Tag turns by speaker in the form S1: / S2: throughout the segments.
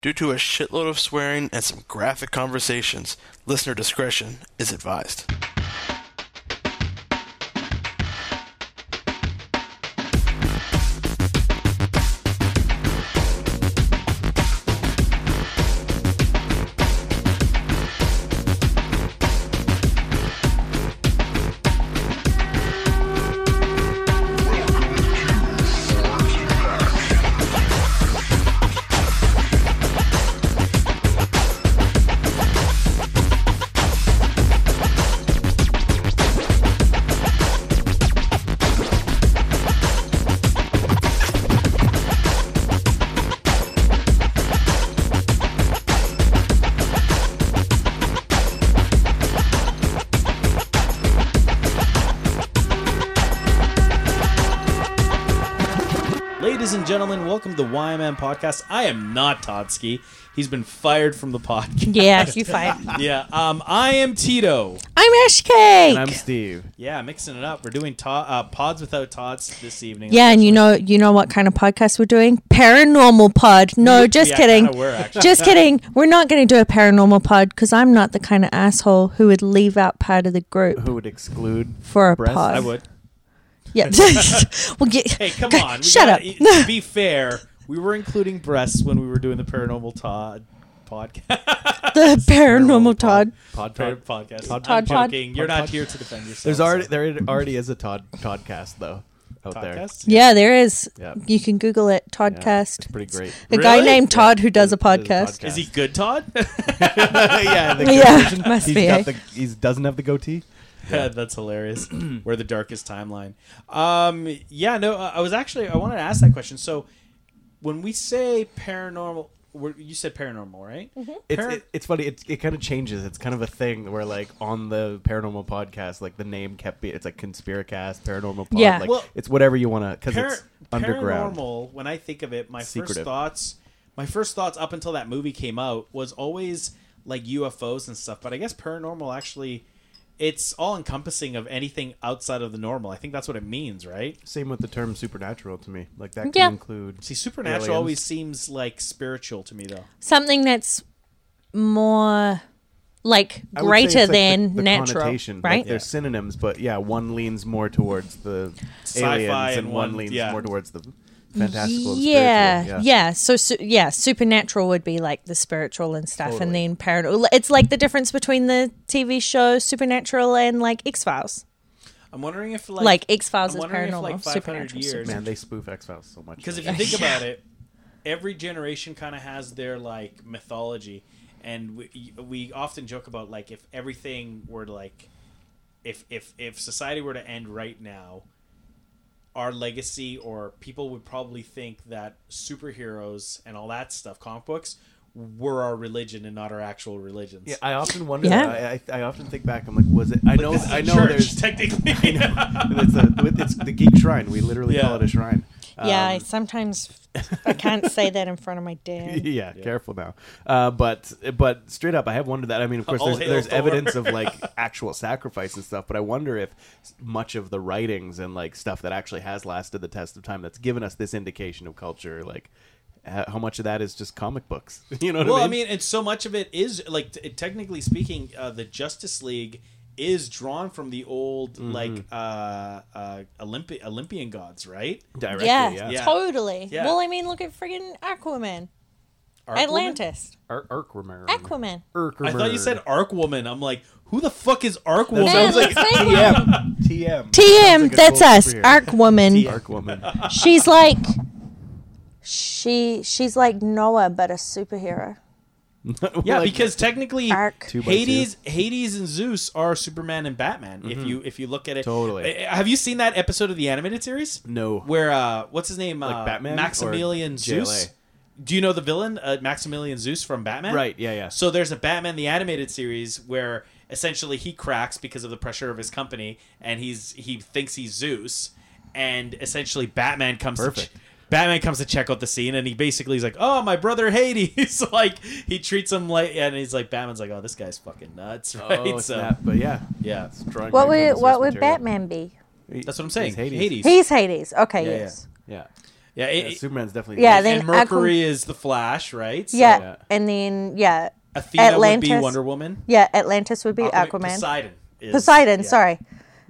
S1: due to a shitload of swearing and some graphic conversations. Listener discretion is advised.
S2: Ladies and gentlemen, welcome to the YMN podcast. I am not Totsky. He's been fired from the podcast.
S3: Yeah, you fight.
S2: yeah, um, I am Tito.
S3: I'm Ash Cake.
S4: I'm Steve.
S2: Yeah, mixing it up. We're doing to- uh, pods without tots this evening.
S3: yeah, and you know, you know what kind of podcast we're doing? Paranormal pod. No, just
S2: Yeah,
S3: kidding.
S2: kinda were, actually.
S3: Just kidding. We're not going to do a paranormal pod because I'm not the kind of asshole who would leave out part of the group
S4: Who would exclude?
S3: for a
S4: Breast?
S3: pod.
S2: I would.
S3: Yeah. well, get,
S2: Hey, come on. We
S3: Shut
S2: gotta-
S3: up.
S2: it- to be fair, we were including breasts when we were doing the paranormal Todd podcast.
S3: the paranormal Todd.
S4: Pod,
S2: Par-
S4: pod,
S2: podcast.
S4: Todd
S2: I'm
S3: pod. Pod.
S2: joking. You're
S4: Pod
S2: not
S4: pod.
S2: here to defend yourself.
S4: There's already there already is a Todd Toddcast though out there.
S2: podcast.
S3: Yeah, there is.
S4: Yeah.
S3: You can Google it.
S4: Yeah,
S3: Toddcast.
S4: It's pretty great.
S3: A guy
S2: Really?
S3: named Todd who does a
S4: Does- does a
S3: podcast.
S4: podcast.
S2: Is he good, Todd?
S4: yeah, the
S3: Yeah,
S4: version,
S3: must
S4: he's
S3: be, eh?
S4: Got the, he doesn't have the goatee.
S2: That's hilarious. We're the darkest timeline. Um, yeah, no, I I was actually I wanted to ask that question. So, when we say paranormal, we're, you said paranormal, right?
S4: It's,
S2: Par-
S4: it, it's funny. It, it kind of changes. It's kind of a thing where, like, on the paranormal podcast, like the name kept being it's like Conspiracast, Paranormal Pod.
S3: Yeah.
S4: like,
S2: Well,
S4: it's whatever you want to because
S2: Par-
S4: it's underground.
S2: Paranormal. When I think of it, my first
S4: Secretive.
S2: thoughts, my first thoughts up until that movie came out was always like UFOs and stuff. But I guess paranormal actually, it's all encompassing of anything outside of the normal. I think that's what it means, right?
S4: Same with the term supernatural to me. Like that can
S3: Yeah.
S4: include
S2: See, supernatural
S4: Aliens.
S2: always seems like spiritual to me, though.
S3: Something that's more like
S4: I would say
S3: greater
S4: it's like
S3: than
S4: the, the
S3: natural,
S4: connotation, like,
S3: right?
S4: they're synonyms, but yeah, one leans more towards the
S2: Sci-fi
S4: aliens, and,
S2: and
S4: one,
S2: one-
S4: leans
S2: yeah.
S4: more towards the fantastical. and
S3: yeah, yeah,
S4: spiritual,
S3: So, su- yeah, supernatural would be like the spiritual and stuff, and then paranormal. It's like the difference between the TV show Supernatural and like X Files.
S2: I'm wondering if like,
S3: Like, X Files
S2: I'm
S3: is
S2: wondering if,
S3: paranormal,
S2: like, 500
S3: supernatural.
S2: years-
S4: Man, they spoof X Files so much.
S2: Because if you think about it, every generation kind of has their like mythology, and we we often joke about like if everything were to, like, if if if society were to end right now, our legacy or people would probably think that superheroes and all that stuff, comic books, were our religion and not our actual religions.
S4: yeah, I often wonder.
S3: Yeah.
S4: that. I, I, I often think back. I'm like, was it? I know.
S2: This is
S4: I
S2: a
S4: know.
S2: church,
S4: There's.
S2: technically.
S4: It's, a, it's the geek shrine. We literally
S2: Yeah.
S4: call it a shrine.
S3: yeah,
S4: Um,
S3: I sometimes I can't say that in front of my dad.
S4: yeah, careful now. Uh, but but straight up, I have wondered that. I mean, of course,
S2: All
S4: there's,
S2: hail
S4: there's
S2: Thor.
S4: evidence of like actual sacrifice and stuff, but I wonder if s- much of the writings and like stuff that actually has lasted the test of time that's given us this indication of culture, like h- how much of that is just comic books. You know what
S2: well,
S4: I mean?
S2: and so much of it is like t- technically speaking, uh, the Justice League is drawn from the old
S4: Mm-hmm.
S2: like uh, uh, Olympi- Olympian gods, right?
S4: Directly,
S3: Yeah,
S4: yeah.
S2: Yeah.
S3: totally.
S2: Yeah.
S3: Well, I mean, look at friggin' Aquaman,
S2: Arc
S3: Atlantis,
S4: Ar- Arkremer.
S3: Aquaman.
S2: Woman? I thought you said Arc Woman. I'm like, who the fuck is Arc
S4: That
S2: Woman?
S3: Man,
S4: sounds like
S3: let's make
S4: TM. TM.
S3: TM,
S4: like a
S3: that's
S4: cool
S3: us.
S4: superhero.
S3: Arc Woman.
S4: Arc woman.
S3: she's like she she's like Noah but a superhero.
S2: yeah,
S4: Like,
S2: because technically,
S3: Arc.
S4: Two by
S2: Hades, Hades, and Zeus are Superman and Batman. If you if you look at it,
S4: Mm-hmm. Totally.
S2: Uh, Have you seen that episode of the animated series?
S4: no.
S2: where uh what's his name uh,
S4: Batman
S2: maximilian
S4: or
S2: zeus
S4: JLA?
S2: do you know the villain uh, maximilian zeus from batman
S4: Right, yeah, yeah.
S2: so there's a batman the animated series where essentially he cracks because of the pressure of his company and he's he thinks he's zeus and essentially batman comes
S4: Perfect.
S2: to ch- Batman comes to check out the scene, and he basically is like, "Oh, my brother Hades!" like he treats him like, and he's like, "Batman's like, oh, this guy's fucking nuts, right?"
S4: Oh,
S2: so
S4: snap. But yeah.
S2: yeah,
S4: It's drawing
S3: What
S4: right from
S3: would
S4: the
S3: what
S4: source
S3: would
S4: material.
S3: Batman be?
S2: that's what I'm saying.
S4: It's Hades.
S2: Hades.
S3: He's Hades. Okay,
S2: Yeah,
S3: yes.
S4: Yeah.
S2: Yeah, it,
S4: Yeah,
S2: it-
S4: Superman's definitely
S3: Yeah,
S4: huge.
S3: they-
S2: and
S3: Aqua-
S2: Mercury is the Flash, right? So
S3: yeah.
S4: yeah.
S3: and then yeah,
S2: Athena would be
S3: Atlantis.
S2: Wonder Woman.
S3: yeah, Atlantis would be Aquaman.
S2: Poseidon. Is,
S3: Poseidon,
S2: yeah.
S3: sorry.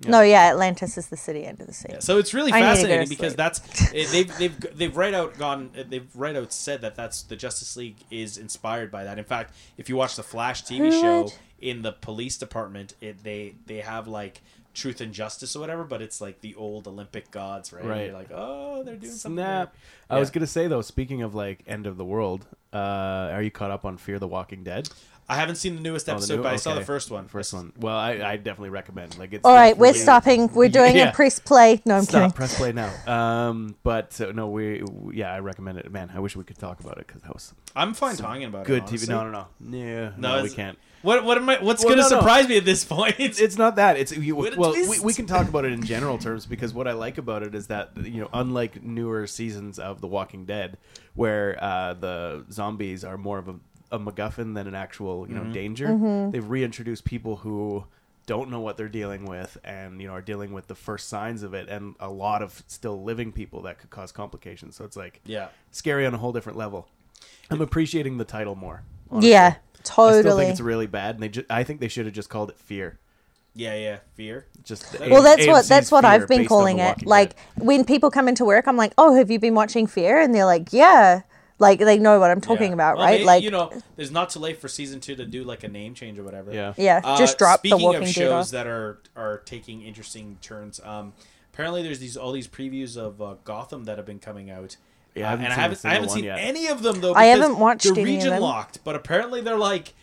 S3: No, yeah, Atlantis is the city under the sea.
S2: So it's really
S3: I need to go to
S2: fascinating because
S3: sleep.
S2: that's eh, they've they've they've right out gone eh, they've right out said that that's the Justice League is inspired by that. In fact, if you watch the Flash TV
S3: Who
S2: show
S3: would-
S2: in the police department, it, they they have like truth and justice or whatever, but it's like the old Olympic gods, right? And
S4: Right.
S2: You're like, oh, they're doing something.
S4: Snap. I was gonna say though, speaking of like end of the world, uh, are you caught up on Fear the Walking Dead?
S2: I haven't seen the newest
S4: Oh, the
S2: episode,
S4: new-
S2: but I saw the
S4: okay.
S2: first one.
S4: First one. Well, I, I definitely recommend. Like, it's
S3: All right, we're
S4: definitely-
S3: stopping. We're doing
S4: Yeah.
S3: a press play. No, I'm
S4: Stop.
S3: kidding.
S4: Press play now. Um, but uh, no, we we- yeah, I recommend it. Man, I wish we could talk about it because that was
S2: I'm fine talking about
S4: good
S2: it. honestly.
S4: TV. No, no, no, no,
S2: No,
S4: no, we
S2: it's-
S4: can't.
S2: What what am I? What's
S4: Well,
S2: gonna
S4: no, no.
S2: surprise me at this point?
S4: It's, it's not that. It's you,
S2: What a
S4: well, we,
S2: twist.
S4: we can talk about it in general terms because what I like about it is that you know, unlike newer seasons of The Walking Dead, where uh, the zombies are more of a, a MacGuffin than an actual you know
S2: Mm-hmm.
S4: danger,
S3: Mm-hmm.
S4: they've reintroduced people who don't know what they're dealing with and you know are dealing with the first signs of it and a lot of still living people that could cause complications. So it's like
S2: Yeah.
S4: scary on a whole different level. I'm appreciating the title more.
S3: Yeah,
S4: I still think
S3: totally.
S4: it's really bad, and they ju- I think they should have just called it Fear
S2: yeah, yeah, fear.
S4: just
S3: Well, that's what that's what I've been calling it. Like when people come into work, I'm like, "Oh, have you been watching Fear?" And they're like, "Yeah." Like they know what I'm talking
S2: Yeah.
S3: about,
S2: Well,
S3: right?
S2: may-
S3: like
S2: you know, there's not too late for season two to do like a name change or whatever. Uh,
S4: Yeah.
S3: Yeah, just drop The
S2: speaking
S3: Walking
S2: of
S3: Dead
S2: shows
S3: off.
S2: that are are taking interesting turns. Um, apparently there's these all these previews of uh, Gotham that have been coming out.
S4: Yeah, I
S2: Uh,
S4: haven't
S2: and I
S4: seen a
S2: haven't I
S4: single
S2: haven't
S4: one
S2: seen
S4: yet.
S2: any of them though.
S3: I
S2: because
S3: haven't watched
S2: they're
S3: any of
S2: region
S3: them.
S2: locked, but apparently they're like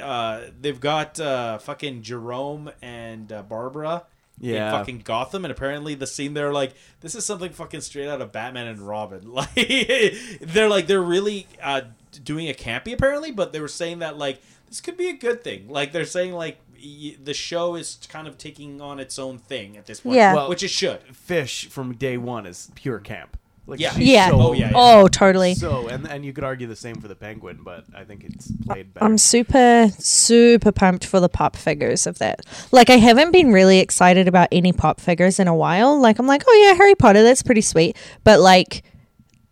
S2: uh, they've got uh, fucking Jerome and uh, Barbara.
S4: Yeah.
S2: In fucking Gotham, and apparently the scene they're like, this is something fucking straight out of Batman and Robin. Like they're like they're really uh, doing a campy apparently, but they were saying that like this could be a good thing. Like they're saying like y- the show is kind of taking on its own thing at this point,
S3: Yeah.
S4: Well-
S2: which it should.
S4: Fish from day one is pure camp. Like
S2: Yeah.
S4: she's
S3: yeah.
S4: so-
S2: Oh, yeah, yeah.
S3: Oh, totally.
S4: So and and you could argue the same for the penguin, but I think it's played better.
S3: I'm super, super pumped for the pop figures of that. Like, I haven't been really excited about any pop figures in a while. Like, I'm like, oh yeah, Harry Potter, that's pretty sweet. But like,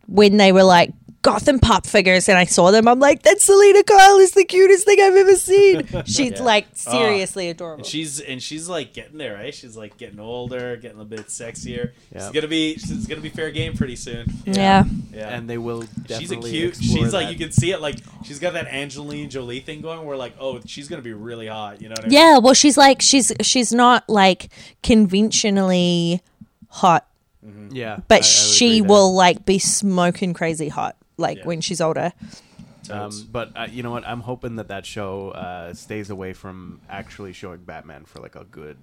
S3: when they were like Gotham pop figures and I saw them, I'm like, that Selena Kyle is the cutest thing I've ever seen. She's like
S2: Ah.
S3: seriously adorable.
S2: And she's and she's like getting there, right? She's like getting older, getting a bit sexier.
S4: Yeah.
S2: She's gonna be she's gonna be fair game pretty soon.
S3: yeah.
S2: Yeah.
S4: and they will.
S2: She's a
S4: definitely
S2: cute.
S4: explore
S2: She's like
S4: that.
S2: you can see it. Like she's got that Angelina Jolie thing going. Where like, oh, she's gonna be really hot. You know what I mean?
S3: Yeah, well, she's like she's she's not like conventionally hot,
S4: Yeah, I- I
S3: but
S4: would agree
S3: she
S4: there.
S3: will like be smoking crazy hot, like
S2: Yeah.
S3: when she's older.
S4: Um, but uh, you know what? I'm hoping that that show uh, stays away from actually showing Batman for like a good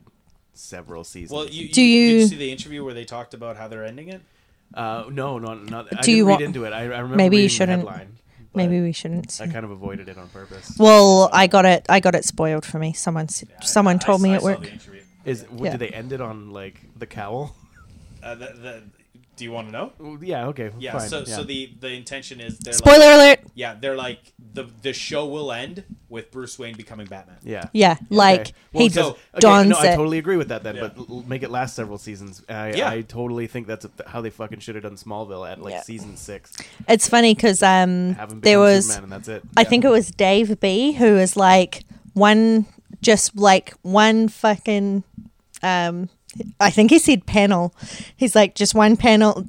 S4: several seasons.
S2: Well, you,
S3: Do
S2: you- did
S3: you-
S2: you see the interview where they talked about how they're ending it?
S4: uh, no, no, not.
S3: Do
S4: I didn't
S3: you
S4: read
S3: want-
S4: into it. I, I remember
S3: Maybe you
S4: reading the
S3: shouldn't-
S4: headline, but
S3: Maybe we shouldn't.
S4: I kind of avoided it on purpose.
S3: Well, I got it. I got it spoiled for me. Someone said, someone
S2: I-
S3: told me
S2: I
S3: at
S2: saw the
S3: work.
S2: interview.
S4: Is w
S3: Yeah.
S4: do they end it on like the cowl?
S2: Uh, the, the, do you want to know?
S4: Well, Yeah. Okay.
S2: Yeah.
S4: Oh, fine,
S2: so
S4: yeah.
S2: so the the intention is they're
S3: Spoiler
S2: Like,
S3: alert!
S2: yeah, they're like the the show will end with Bruce Wayne becoming Batman.
S4: yeah.
S3: Yeah, like
S4: Okay.
S3: he
S4: so-
S3: just
S4: okay,
S3: dons
S4: no, I
S3: it.
S4: totally agree with that then,
S2: Yeah.
S4: but l- make it last several seasons. I,
S2: Yeah.
S4: I totally think that's how they fucking should have done Smallville at like
S3: Yeah.
S4: season six.
S3: It's funny because um,
S4: Have him
S3: there
S4: become
S3: was.
S4: Superman and that's it.
S3: I think it was Dave B who is like one just like one fucking um I think he said panel. He's like just one panel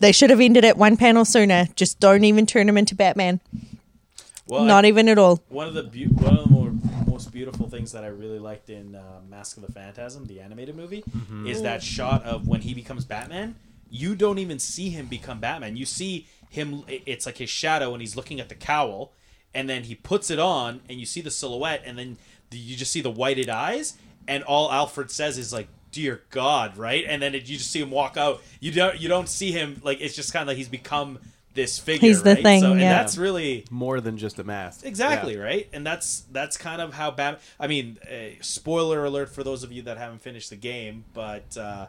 S3: they should have ended at one panel sooner. Just don't even turn him into Batman.
S2: Well,
S3: Not
S2: I-
S3: even at all.
S2: one of the beau one of the more, most beautiful things that I really liked in uh, Mask of the Phantasm, the animated movie, is that shot of when he becomes Batman. You don't even see him become Batman. You see him; i- it's like his shadow, and he's looking at the cowl, and then he puts it on, and you see the silhouette, and then the, you just see the whited eyes, and all Alfred says is like. Dear God, right? And then it, you just see him walk out. You don't. You don't see him like it's just kind of like he's become this figure.
S3: He's the
S2: right?
S3: thing,
S2: So, and
S3: yeah.
S2: that's really
S4: More than just a mask.
S2: Exactly
S4: Yeah.
S2: right, and that's that's kind of how Batman. I mean, uh, spoiler alert for those of you that haven't finished the game, but uh,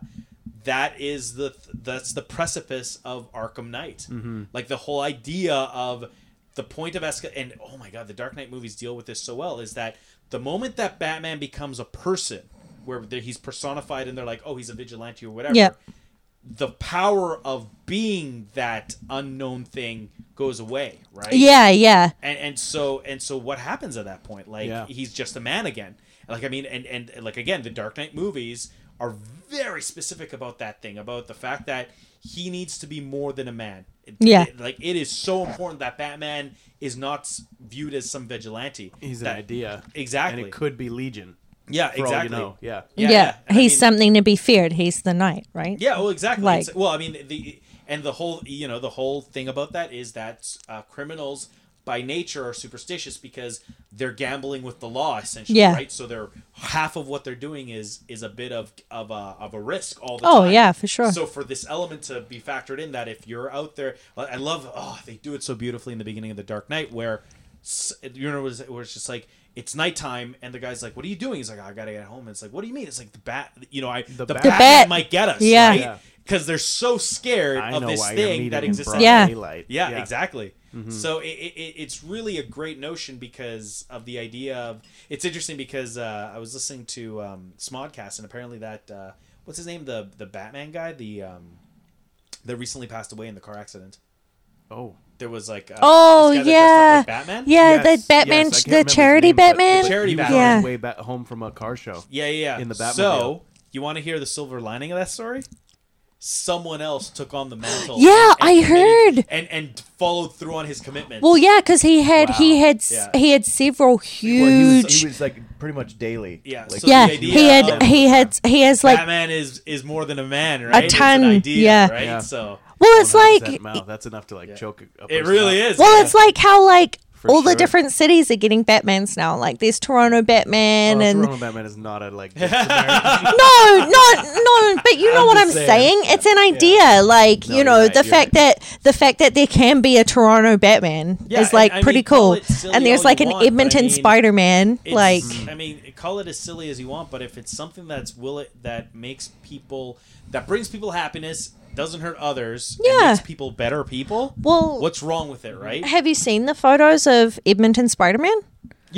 S2: that is the that's the precipice of Arkham Knight. Like the whole idea of the point of esca and oh my god, the Dark Knight movies deal with this so well is that the moment that Batman becomes a person, where they're- he's personified and they're like, oh, he's a vigilante or whatever
S3: Yeah.
S2: the power of being that unknown thing goes away, right?
S3: Yeah, yeah.
S2: and and so and so what happens at that point like
S4: Yeah.
S2: he's just a man again like i mean and and like again the dark knight movies are very specific about that thing about the fact that he needs to be more than a man It-
S3: Yeah.
S2: it- like it is so important that batman is not s- viewed as some vigilante
S4: He's an
S2: That-
S4: idea.
S2: exactly
S4: And it could be Legion.
S2: yeah
S4: For
S2: exactly
S4: all you know. Yeah.
S3: Yeah,
S2: And I
S3: he's
S2: mean-
S3: something to be feared. He's the knight, right?
S2: yeah, well, exactly.
S3: Like-
S2: It's- well, I mean, the and the whole you know the whole thing about that is that uh, criminals by nature are superstitious because they're gambling with the law essentially,
S3: Yeah.
S2: right? So they're half of what they're doing is is a bit of of a of a risk all the
S3: Oh,
S2: time.
S3: yeah, for sure.
S2: So for this element to be factored in, that if you're out there, I I love. Oh, they do it so beautifully in the beginning of the Dark Knight, where s- you know, was where it's just like. It's nighttime, and the guy's like, "What are you doing?" He's like, "I gotta get home." And it's like, "What do you mean?" It's like the bat, you know, I the,
S4: bat.
S2: bat,
S4: The
S3: bat.
S2: might get us,
S3: Yeah.
S2: right?
S4: Yeah.
S2: because they're so scared
S4: I
S2: of
S4: know
S2: this
S4: why you're
S2: thing
S4: meeting
S2: that
S4: in
S2: exists.
S4: broad
S3: Yeah.
S4: daylight. Mm-hmm.
S2: Yeah, exactly. So it, it, it's really a great notion because of the idea of. It's interesting because uh, I was listening to um, Smodcast and apparently that uh, what's his name the the Batman guy the um, that recently passed away in the car accident.
S4: Oh.
S2: There was like uh,
S3: Oh,
S2: this guy that dressed
S3: yeah.
S2: up like Batman.
S3: Yeah,
S4: Yes, yes,
S3: the Batman,
S4: I can't
S3: the
S4: remember his
S3: charity
S4: name, but-
S3: Batman.
S4: but
S2: Charity
S4: he was
S2: Batman.
S4: on his
S3: Yeah.
S4: way back home from a car show.
S2: Yeah, yeah, yeah.
S4: In the Batmobile.
S2: So you want to hear the silver lining of that story? Someone else took on the mantle.
S3: Yeah, I
S2: committed-
S3: heard.
S2: And and followed through on his commitment.
S3: Well, yeah, because he had he
S4: Wow.
S3: had s
S2: Yeah.
S3: he had several
S4: Well, he, was,
S3: huge.
S4: he was like pretty much daily.
S2: Yeah,
S4: Like,
S2: so
S3: yeah,
S2: the idea
S3: he had
S2: of-
S3: he had he has like.
S2: Batman is is more than a man, right? It's an
S3: ton,
S2: idea,
S3: yeah.
S2: Right.
S4: Yeah.
S2: So
S3: Well, it's
S4: Well, that-
S3: like
S4: that mouth, that's enough to like choke. A, a
S2: it
S4: person
S2: really
S4: up.
S2: is.
S3: Well, it's like how like
S4: For
S3: all
S4: sure.
S3: the different cities are getting Batmans now. Like there's Toronto Batman
S2: Oh,
S4: Well,
S3: and
S4: Toronto Batman is not a like. good Samaritan.
S3: no, not no. But you know
S4: I'm
S3: what I'm
S4: just
S3: saying.
S4: saying.
S3: It's an idea. Like
S4: No,
S3: you know
S4: you're right,
S3: the
S4: you're
S3: fact that the fact that there can be a Toronto Batman
S2: Yeah,
S3: is like
S2: and I mean,
S3: pretty
S2: call
S3: cool.
S2: it silly
S3: And there's
S2: all you
S3: like an
S2: want, but I
S3: Edmonton
S2: mean,
S3: Spider Man.
S2: It's- Mm.
S3: Like
S2: I mean, call it as silly as you want, but if it's something that's will it that makes people that brings people happiness, doesn't hurt others, and
S3: Yeah.
S2: makes people better people.
S3: Well-
S2: what's wrong with it, right?
S3: have you seen the photos of Edmonton Spider Man?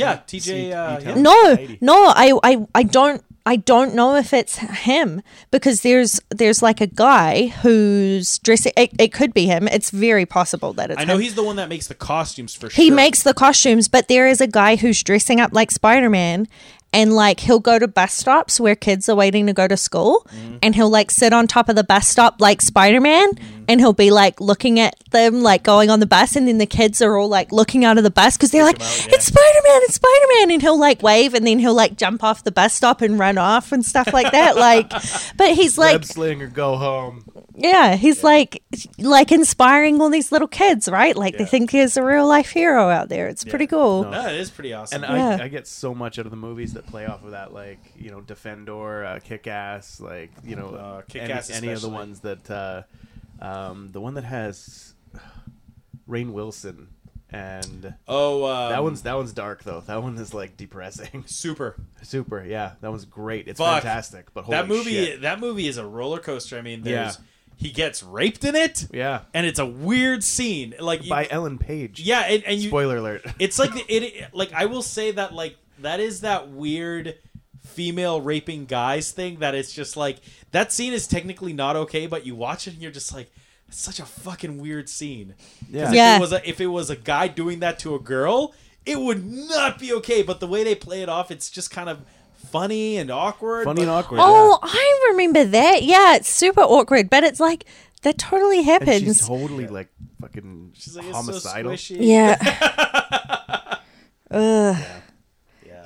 S2: Yeah, TJ. Uh,
S4: you
S2: yeah.
S4: tell
S3: No,
S4: Lady.
S3: no, I, I, I don't, I don't know if it's him because there's, there's like a guy who's dressing. It, it could be him. It's very possible that it's.
S2: I know
S3: him.
S2: he's the one that makes the costumes for sure.
S3: He makes the costumes, but there is a guy who's dressing up like Spider Man. And like he'll go to bus stops where kids are waiting to go to school,
S2: Mm.
S3: and he'll like sit on top of the bus stop like Spider Man, and he'll be like looking at them like going on the bus, and then the kids are all like looking out of the bus because they're like,
S2: him out, yeah.
S3: "It's Spider Man! It's Spider Man!" And he'll like wave, and then he'll like jump off the bus stop and run off and stuff like that. like, but he's like,
S4: Web slinger, go home.
S3: yeah, he's like like inspiring all these little kids, right? Like they think he's a real life hero out there. It's pretty cool.
S2: No, it is pretty awesome.
S4: And uh,
S3: Yeah.
S4: I, I get so much out of the movies that play off of that, like you know, Defender, uh, Kick Ass, like you know,
S2: Uh, Kick-Ass
S4: any, any of the
S2: especially.
S4: ones that, uh, um, the one that has Rain Wilson, and
S2: oh, um,
S4: that one's that one's dark though. That one is like depressing.
S2: super.
S4: Super, yeah, that one's great. It's
S2: Fuck.
S4: fantastic, but holy
S2: that movie.
S4: shit.
S2: That movie is a roller coaster. I mean, there's
S4: Yeah.
S2: he gets raped in it.
S4: yeah,
S2: and it's a weird scene. Like you,
S4: by Ellen Page.
S2: yeah, and, and you,
S4: spoiler alert.
S2: it's like the, it. Like I will say that like that is that weird female raping guys thing that it's just like that scene is technically not okay, but you watch it and you're just like. It's such a fucking weird scene. 'Cause
S4: Yeah.
S2: If
S3: Yeah.
S2: it was a, if it was a guy doing that to a girl, it would not be okay. But the way they play it off, it's just kind of funny and awkward.
S4: funny and
S2: but-
S4: awkward.
S3: Oh, I remember that. Yeah, it's super awkward, but it's like that totally
S4: yeah. and she's
S3: happens.
S4: totally like fucking
S2: She's like, it's
S4: homicidal.
S2: So squishy.
S3: yeah. Ugh.
S2: Yeah.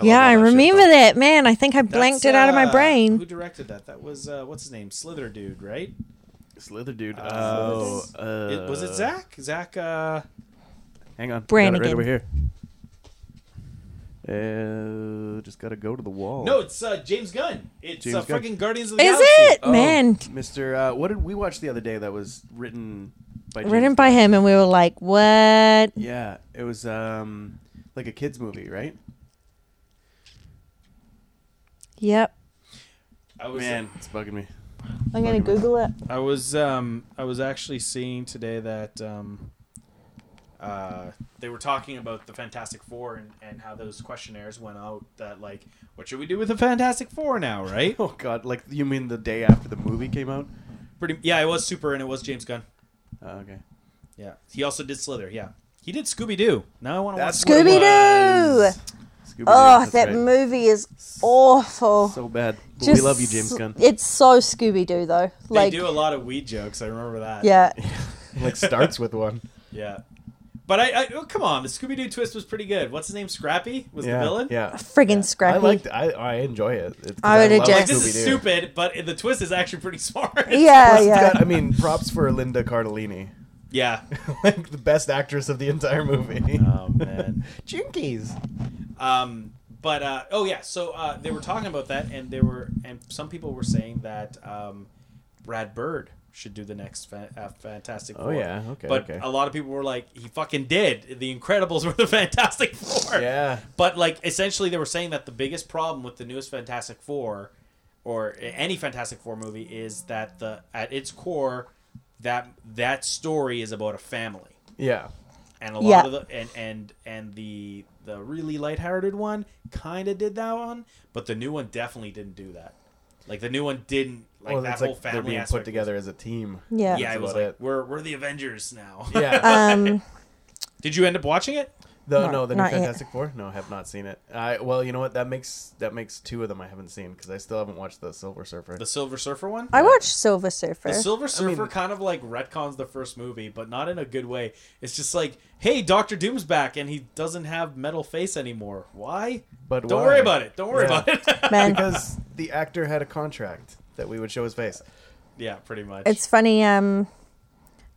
S3: Yeah, I
S4: that shit,
S3: remember
S4: though.
S3: that. Man, I think I
S2: That's,
S3: blanked it out of my
S2: uh, Who
S3: brain.
S2: directed that? That was uh, what's his name, Slither dude, right?
S4: Slither dude.
S2: Uh,
S4: Oh,
S2: It- was it
S4: uh,
S2: Zach? Zach? Uh,
S4: Hang on.
S3: Brannigan.
S4: Got it right over here. Uh, just gotta go to the wall.
S2: no, it's uh, James Gunn. It's
S4: James
S2: uh,
S4: Gunn.
S2: fucking Guardians of the
S3: Is
S2: Galaxy.
S3: it?
S4: Oh,
S3: Man.
S4: Mr. Uh, what did we watch the other day that was written by James
S3: Written by
S4: Gunn?
S3: him, and we were like, what?
S4: Yeah, it was um like a kids movie, right?
S3: Yep.
S2: I was,
S4: Man, it's bugging me.
S3: I'm going
S4: Fucking-
S3: to Google it.
S2: I was, um, I was actually seeing today that um, uh, they were talking about the Fantastic Four and, and how those questionnaires went out. That like, what should we do with the Fantastic Four now, right?
S4: Oh god, like you mean the day after the movie came out?
S2: Pretty yeah, it was Super and it was James Gunn.
S5: Oh, okay.
S2: Yeah, he also did Slither. Yeah, he did Scooby Doo. Now I want to watch
S5: That's
S2: Scooby.
S5: good.
S3: Scooby Doo.
S5: Scooby-Doo,
S3: Oh,
S5: that's
S3: that
S5: right.
S3: movie is awful.
S5: So bad. But we
S3: Just-
S5: love you, James Gunn.
S3: It's so Scooby Doo though.
S2: They
S3: Like,
S2: do a lot of weed jokes. I remember that.
S3: yeah,
S4: like starts with one.
S2: yeah. But I, I oh, come on, the Scooby Doo twist was pretty good. What's his name? Scrappy was
S4: yeah,
S2: the villain.
S4: Yeah.
S3: friggin' Scrappy.
S4: I liked. I I enjoy it. It's 'cause
S3: I would
S4: love
S3: eject.
S2: Like this is
S4: Scooby-Doo.
S2: stupid, but the twist is actually pretty smart.
S3: yeah,
S4: Plus, it's
S3: yeah.
S4: got- I mean, props for Linda Cardellini,
S2: Yeah.
S4: like the best actress of the entire movie.
S2: Oh man.
S4: Jinkies.
S2: Um, but uh, oh yeah, so uh, they were talking about that, and they were, and some people were saying that um, Brad Bird should do the next fa- uh, Fantastic
S5: Oh,
S2: Four.
S5: yeah, okay,
S2: But
S5: okay.
S2: a lot of people were like, he fucking did. The Incredibles were the Fantastic Four.
S4: Yeah.
S2: But like, essentially, they were saying that the biggest problem with the newest Fantastic Four, or a- any Fantastic Four movie, is that the at its core, that that story is about a family
S4: Yeah.
S2: and a lot
S3: Yeah.
S2: of the and and and the the really lighthearted one kind of did that one, but the new one definitely didn't do that. Like the new one didn't like
S4: well,
S2: that
S4: it's
S2: whole
S4: like they're
S2: family
S4: being
S2: aspect.
S4: put together as a team.
S3: Yeah.
S2: yeah,
S4: That's
S2: it was
S4: about
S2: like
S4: it.
S2: we're we're the Avengers now.
S4: Yeah.
S3: Um,
S2: did you end up watching it?
S4: The,
S3: Not-
S4: no, the new
S3: not yet.
S4: Fantastic Four. No, have not seen it. I well, you know what? That makes that makes two of them I haven't seen because I still haven't watched the Silver Surfer.
S2: The Silver Surfer one.
S3: I watched Silver Surfer.
S2: the Silver Surfer kind of like retcons the first movie, but not in a good way. It's just like, hey, Doctor Doom's back, and he doesn't have metal face anymore. Why?
S4: But
S2: Don't
S4: why?
S2: worry about it. Don't worry
S4: Yeah.
S2: about it.
S3: Man,
S4: because the actor had a contract that we would show his face.
S2: yeah, pretty much.
S3: it's funny. Um,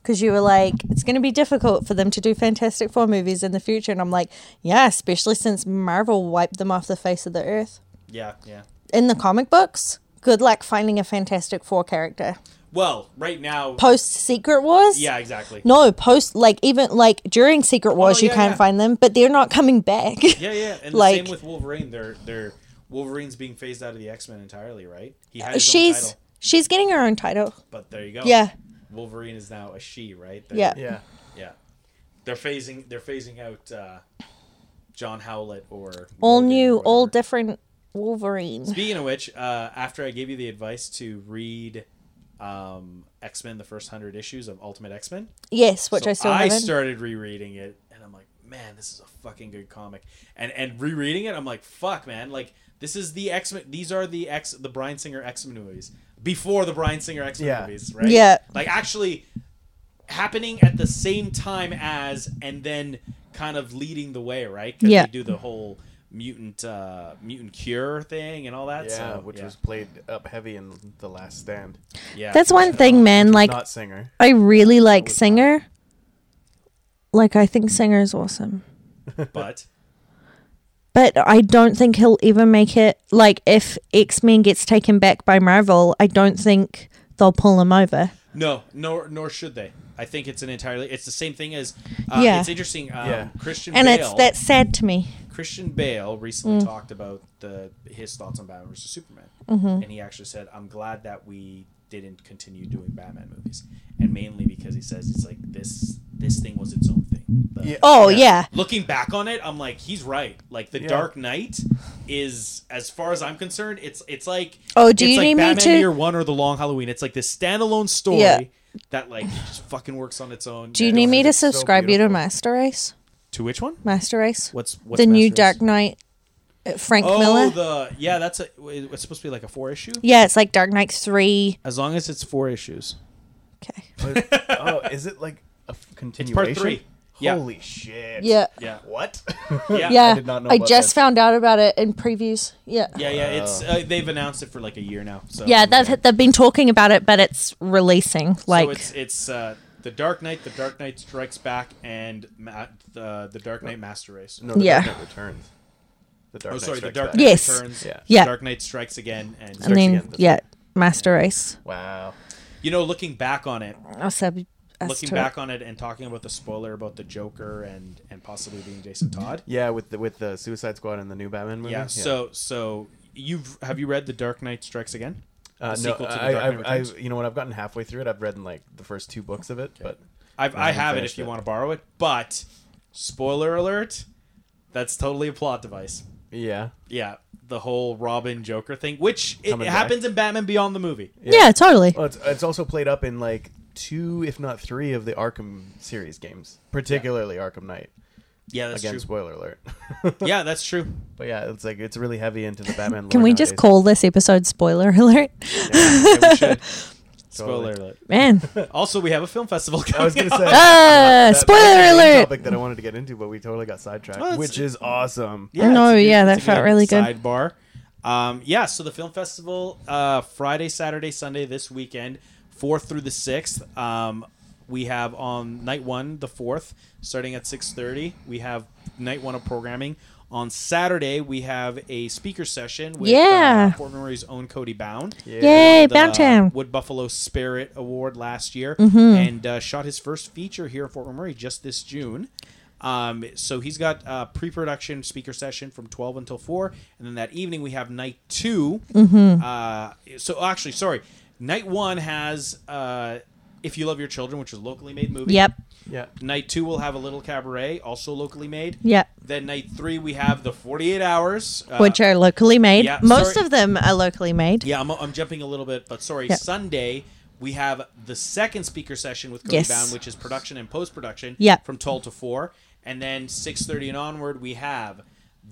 S3: because you were like, it's going to be difficult for them to do Fantastic Four movies in the future, and I'm like, yeah, especially since Marvel wiped them off the face of the earth
S2: yeah, yeah.
S3: in the comic books. Good luck finding a Fantastic Four character
S2: Well, right now,
S3: post Secret Wars.
S2: yeah, exactly.
S3: No, post like even like during Secret Wars, you
S2: yeah,
S3: can't
S2: yeah.
S3: find them, but they're not coming back.
S2: Yeah, yeah, and
S3: Like-
S2: the same with Wolverine. They're they're Wolverine's being phased out of the X Men entirely, right? He has
S3: she's she's getting her own title.
S2: but there you go.
S3: Yeah,
S2: Wolverine is now a she, right? They're-
S3: yeah,
S4: Yeah.
S2: yeah. They're phasing they're phasing out uh, John Howlett or
S3: all
S2: Logan or
S3: new, all
S2: whatever.
S3: different Wolverine.
S2: Speaking of which, uh, after I gave you the advice to read um, X Men: The First Hundred Issues of Ultimate X Men,
S3: Yes, which
S2: So
S3: I still
S2: I
S3: haven't.
S2: started rereading it, and I'm like, man, this is a fucking good comic. And and rereading it, I'm like, fuck, man, like this is the X Men. These are the X the Brian Singer X Men movies before the Brian Singer X Men
S4: Yeah.
S2: movies, right?
S3: Yeah.
S2: like actually happening at the same time as, and then kind of leading the way, right? 'Cause
S3: Yeah.
S2: they do the whole mutant uh mutant cure thing and all that
S4: Yeah,
S2: so,
S4: which
S2: yeah.
S4: was played up heavy in The Last Stand.
S2: yeah
S3: That's one thing, man. Like
S4: Not Singer.
S3: I really like Singer. Like I think Singer is awesome,
S2: but
S3: but I don't think he'll ever make it. Like if X Men gets taken back by Marvel, I don't think they'll pull him over.
S2: No, nor nor should they. I think it's an entirely. It's the same thing as. Uh,
S3: Yeah.
S2: It's interesting. Um,
S4: Yeah.
S2: Christian
S3: And
S2: Bale.
S3: it's Mm. that's sad to me.
S2: Christian Bale recently talked about the his thoughts on Batman versus Superman,
S3: Mm-hmm.
S2: and he actually said, "I'm glad that we didn't continue doing Batman movies, and mainly because he says it's like this this thing was its own thing." The-
S4: Yeah.
S3: Oh yeah,
S2: Looking back on it, I'm like, he's right. Like the
S4: Yeah.
S2: Dark Knight is, as far as I'm concerned, it's it's like
S3: Oh, do
S2: it's
S3: you
S2: like
S3: need me
S2: Batman
S3: to-
S2: Year One or The Long Halloween. It's like this standalone story
S3: Yeah.
S2: that like just fucking works on its own.
S3: Do you
S2: Yeah.
S3: need me to
S4: it's so
S3: subscribe you to
S4: beautiful.
S3: Master Race?
S2: to which one?
S3: Master Race.
S2: What's, what's
S3: the new
S2: Master's?
S3: Dark Knight? uh, Frank
S2: Oh,
S3: Miller.
S2: the yeah, that's a, it's supposed to be like a four issue.
S3: yeah, it's like Dark Knight three.
S2: As long as it's four issues,
S3: Okay.
S4: But- oh, is it like a f-
S2: it's
S4: continuation?
S2: part three. Yeah,
S4: Holy shit.
S3: Yeah.
S2: yeah,
S4: What?
S2: yeah,
S3: Yeah,
S4: I
S3: I,
S4: did not know about
S3: just
S4: that.
S3: found out about it in previews. Yeah, yeah,
S2: yeah, yeah. It's uh, they've announced it for like a year now. So
S3: they've they've been talking about it, but it's releasing. Like,
S2: so it's it's uh, the Dark Knight, the Dark Knight Strikes Back, and ma- the the Dark Knight Master Race.
S4: No, the
S3: Yeah.
S4: Dark Knight Returns. The Dark
S2: Oh,
S4: Knight
S2: sorry, the
S4: Strikes
S2: Dark
S4: Back.
S2: Knight
S3: Yes.
S2: Returns.
S4: Yeah.
S3: Yeah.
S2: Dark Knight Strikes again, and
S3: and then
S4: again, that's
S3: yeah, Master Race.
S4: Wow.
S2: you know, looking back on it,
S3: I'll sub us
S2: looking
S3: to
S2: back
S3: it.
S2: on it, and talking about the spoiler about the Joker and and possibly being Jason Todd.
S4: Yeah, with the, with the Suicide Squad and the new Batman movie.
S2: Yeah. So so you've have you read the Dark Knight Strikes Again?
S4: uh,
S2: the
S4: no,
S2: sequel to The
S4: I,
S2: Dark Knight
S4: I've,
S2: Returns.
S4: I've, you know what? I've gotten halfway through it. I've read like the first two books of it, but
S2: I've, I
S4: haven't
S2: have it
S4: finished
S2: if you
S4: it.
S2: want to borrow it, but spoiler alert, that's totally a plot device.
S4: yeah,
S2: Yeah, the whole Robin Joker thing, which it
S4: Coming back.
S2: happens in Batman Beyond the movie.
S3: Yeah, totally.
S2: Oh,
S4: Well, it's, it's also played up in like two, if not three, of the Arkham series games, particularly Arkham Knight.
S2: Yeah, that's
S4: Again,
S2: true.
S4: spoiler alert.
S2: Yeah, that's true.
S4: but yeah, it's like it's really heavy into the Batman.
S3: Can
S4: lore
S3: we just
S4: nowadays.
S3: call this episode spoiler alert?
S2: Yeah, we should. Spoiler
S4: Totally.
S2: alert.
S3: Man.
S2: Also, we have a film festival coming
S4: I was gonna
S2: up.
S4: say
S3: Ah, Uh, spoiler
S4: that's the main
S3: alert.
S4: Topic that I wanted to get into, but we totally got sidetracked,
S2: Well, it's-
S4: which is awesome.
S2: Yeah,
S3: No,
S2: it's a
S3: yeah, that
S2: it's a
S3: felt really good.
S2: Sidebar. Um, yeah, so the film festival uh, Friday, Saturday, Sunday this weekend, fourth through the sixth. Um, we have on night one the fourth, starting at six thirty. We have night one of programming. On Saturday, we have a speaker session with
S3: Yeah.
S2: uh, Fort Murray's own Cody Bound.
S3: Yay,
S2: the
S3: Boundtown.
S2: uh, Wood Buffalo Spirit Award last year,
S3: Mm-hmm.
S2: and uh, shot his first feature here in Fort Murray just this June. Um, so he's got a pre-production speaker session from twelve until four, and then that evening we have night 2
S3: Mm-hmm.
S2: Uh, so actually, sorry, night one has uh, "If You Love Your Children," which is a locally made movie.
S3: Yep.
S4: Yeah,
S2: Night two will have a little cabaret, also locally made.
S3: Yep.
S2: Then night three we have the forty-eight hours, uh,
S3: Which are locally made.
S2: yeah,
S3: Most
S2: sorry.
S3: of them are locally made.
S2: Yeah, I'm, I'm jumping a little bit, but sorry.
S3: Yeah.
S2: Sunday we have the second speaker session with Cody
S3: Yes.
S2: Bound, which is production and post production.
S3: Yeah.
S2: from twelve to four, and then six thirty and onward we have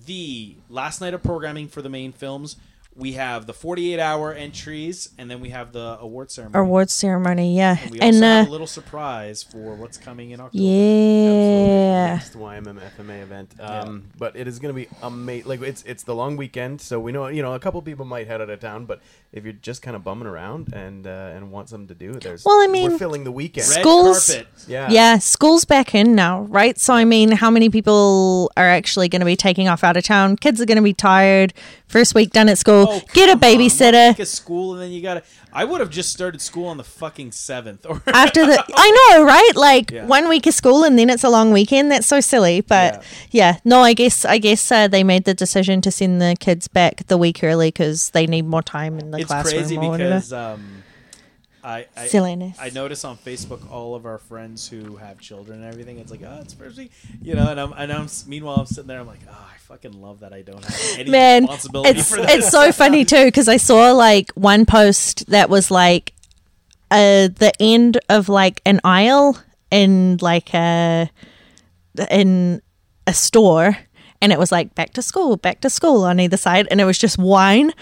S2: the last night of programming for the main films. We have the forty eight hour entries, and then we have the award ceremony.
S3: Awards ceremony, yeah.
S2: And we also
S3: And
S2: have a
S3: uh
S2: little surprise for what's coming in October.
S3: yeah.
S4: next YMM FMA event. Um, But it is going to be amazing. Like it's it's the long weekend, so we know you know a couple people might head out of town. But if you're just kind of bumming around and uh, and want something to do, there's
S3: Well, I
S4: we're
S3: mean,
S4: filling the weekend.
S2: Red
S3: Schools-
S2: carpet.
S4: yeah,
S3: Yeah, school's back in now, right? So I mean, how many people are actually going to be taking off out of town? Kids are going to be tired. First week done at school.
S2: Oh,
S3: Get a
S2: come on, one
S3: babysitter
S2: week of school, and then you gotta. I would have just started school on the fucking seventh. Or
S3: after the I know, right? Like
S2: Yeah.
S3: one week of school and then it's a long weekend. That's so silly, but yeah. No, I guess I guess uh, they made the decision to send the kids back the week early cuz they need more time in the
S2: it's
S3: classroom
S2: crazy
S3: or whatever.
S2: because um, I, I
S3: Silliness.
S2: I notice on Facebook all of our friends who have children and everything. It's like, oh, it's first week," you know. And I'm and I'm meanwhile I'm sitting there. I'm like, oh, I fucking love that I don't have any
S3: man
S2: responsibility
S3: it's
S2: for that.
S3: it's so funny too because i saw like one post that was like uh the end of like an aisle in like a in a store and it was like back to school back to school on either side and it was just wine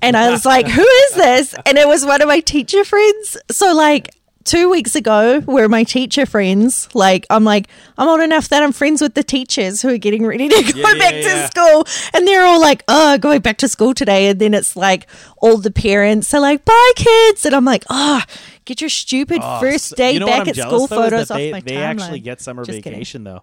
S3: and i was like who is this and it was one of my teacher friends so like two weeks ago were my teacher friends like i'm like i'm old enough that i'm friends with the teachers who are getting ready to go
S2: Yeah, yeah,
S3: back to
S2: yeah.
S3: school and they're all like oh going back to school today and then it's like all the parents are like bye kids and i'm like oh get your stupid first day
S2: Oh, You know what
S3: back
S2: I'm
S3: at
S2: jealous,
S3: school
S2: though, is that
S3: photos off
S2: they,
S3: my
S2: They
S3: timeline.
S2: actually get summer
S3: Just kidding.
S2: vacation though.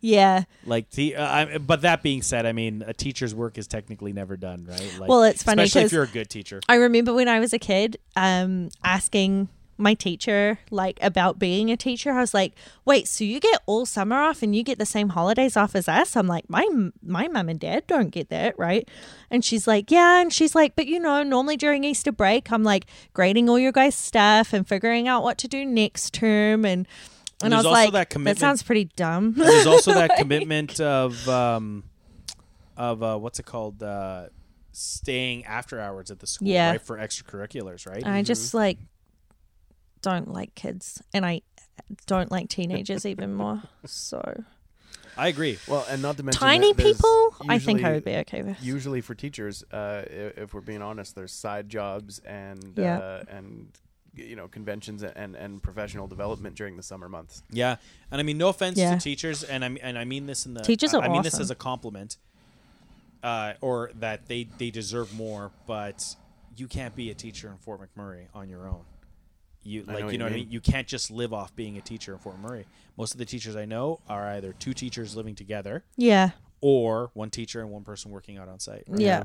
S3: yeah
S2: Like, the, uh, I, but that being said, I mean, a teacher's work is technically never done, right? Like,
S3: Well, it's funny
S2: especially
S3: 'cause-
S2: if you're a good teacher.
S3: I remember when I was a kid, um, asking my teacher like about being a teacher. I was like, "Wait, so you get all summer off and you get the same holidays off as us?" I'm like, "My my mum and dad don't get that, right?" And she's like, "Yeah," and she's like, "But you know, normally during Easter break, I'm like grading all your guys' stuff and figuring out what to do next term." And and,
S2: And
S3: I
S2: there's
S3: was
S2: also
S3: like,
S2: that
S3: "That,
S2: commitment-
S3: sounds pretty dumb."
S2: There's also that commitment of um, of uh, what's it called? Uh, staying after hours at the school,
S3: Yeah.
S2: right? For extracurriculars, right?
S3: I just like don't like kids, and I don't like teenagers even more. So.
S2: I agree.
S4: Well, and not to mention
S3: tiny
S4: that there's
S3: people, I think I
S4: usually-
S3: would be okay with.
S4: usually for teachers, uh, i- if we're being honest, there's side jobs and
S3: Yeah.
S4: uh, and you know conventions and and professional development during the summer months.
S2: Yeah, and I mean no offense
S3: Yeah.
S2: to teachers, and I and I mean this in the
S3: Teachers
S2: I,
S3: are
S2: I mean this
S3: awesome.
S2: as a compliment, uh, or that they they deserve more. But you can't be a teacher in Fort McMurray on your own. You like
S4: know
S2: you
S4: what
S2: know
S4: you
S2: what I
S4: mean.
S2: mean. You can't just live off being a teacher in Fort McMurray. Most of the teachers I know are either two teachers living together
S3: Yeah,
S2: or one teacher and one person working out on site. right?
S3: yeah,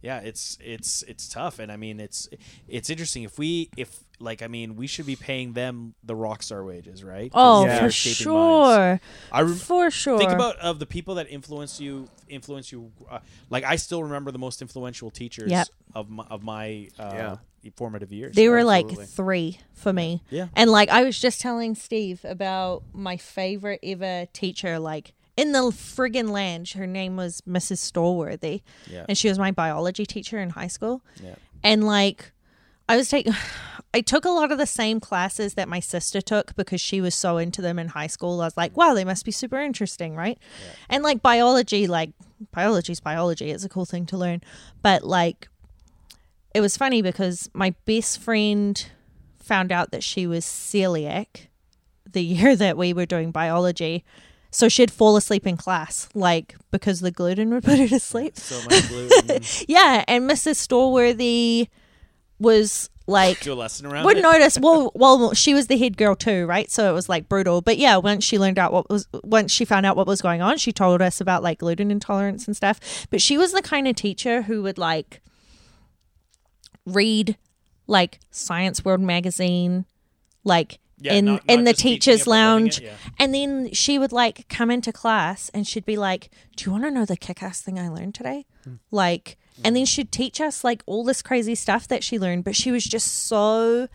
S2: yeah it's it's it's tough and i mean it's it's interesting if we if like i mean we should be paying them the rock star wages right 'Cause
S3: Oh,
S2: they
S3: for
S2: are shaping minds.
S3: sure,
S2: i rem-
S3: for sure.
S2: think about of the people that influence you influence you uh, like i still remember the most influential teachers
S3: Yep.
S2: of my, of my uh,
S4: Yeah.
S2: formative years
S3: they were
S4: Absolutely.
S3: like three for me.
S2: Yeah.
S3: and like I was just telling Steve about my favorite ever teacher, like in the friggin' lange. Her name was Mrs. Stallworthy,
S2: Yeah.
S3: and she was my biology teacher in high school.
S2: Yeah.
S3: And like, I was taking, I took a lot of the same classes that my sister took because she was so into them in high school. I was like, wow, they must be super interesting, right? And like biology, like biology's biology. It's a cool thing to learn, but like, it was funny because my best friend found out that she was celiac the year that we were doing biology. So she'd fall asleep in class, like because the gluten would put her to sleep.
S2: So much gluten.
S3: Yeah, and Mrs. Stallworthy was like
S2: Do a lesson around
S3: would
S2: it.
S3: notice. Well, well, she was the head girl too, right? So it was like brutal. But yeah, once she learned out what was, once she found out what was going on, she told us about like gluten intolerance and stuff. But she was the kind of teacher who would like read like Science World magazine, like
S2: Yeah,
S3: in
S2: not-
S3: in
S2: not
S3: the
S2: just teaching
S3: teachers'
S2: it, but living
S3: lounge,
S2: it, yeah.
S3: and then she would like come into class and she'd be like, "Do you want to know the kick-ass thing I learned today?" Like, and then she'd teach us like all this crazy stuff that she learned, but she was just so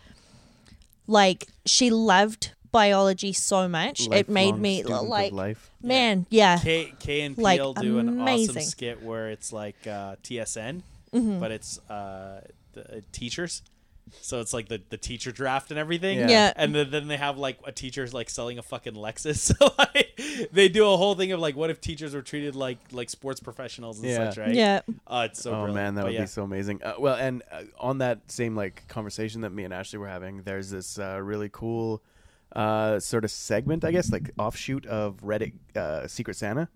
S3: like she loved biology so much it made
S4: Lifelong
S3: me
S4: student of
S3: like
S4: life.
S3: man yeah
S2: K, K and PL
S3: Like,
S2: do an awesome
S3: amazing. Mm-hmm.
S2: skit where it's like uh, TSN, but it's uh, the, uh, teachers. So it's like the, the teacher draft and everything.
S4: Yeah.
S3: Yeah.
S2: And then, then they have like a teacher's like selling a fucking Lexus. So like, they do a whole thing of like, what if teachers were treated like like sports professionals and
S4: Yeah.
S2: such, right?
S3: yeah
S2: Uh, it's so
S4: Oh
S2: brilliant.
S4: man, that
S2: But
S4: would
S2: yeah.
S4: be so amazing. Uh, well, and uh, on that same like conversation that me and Ashley were having, there's this uh, really cool uh, sort of segment, I guess, like offshoot of Reddit uh, Secret Santa,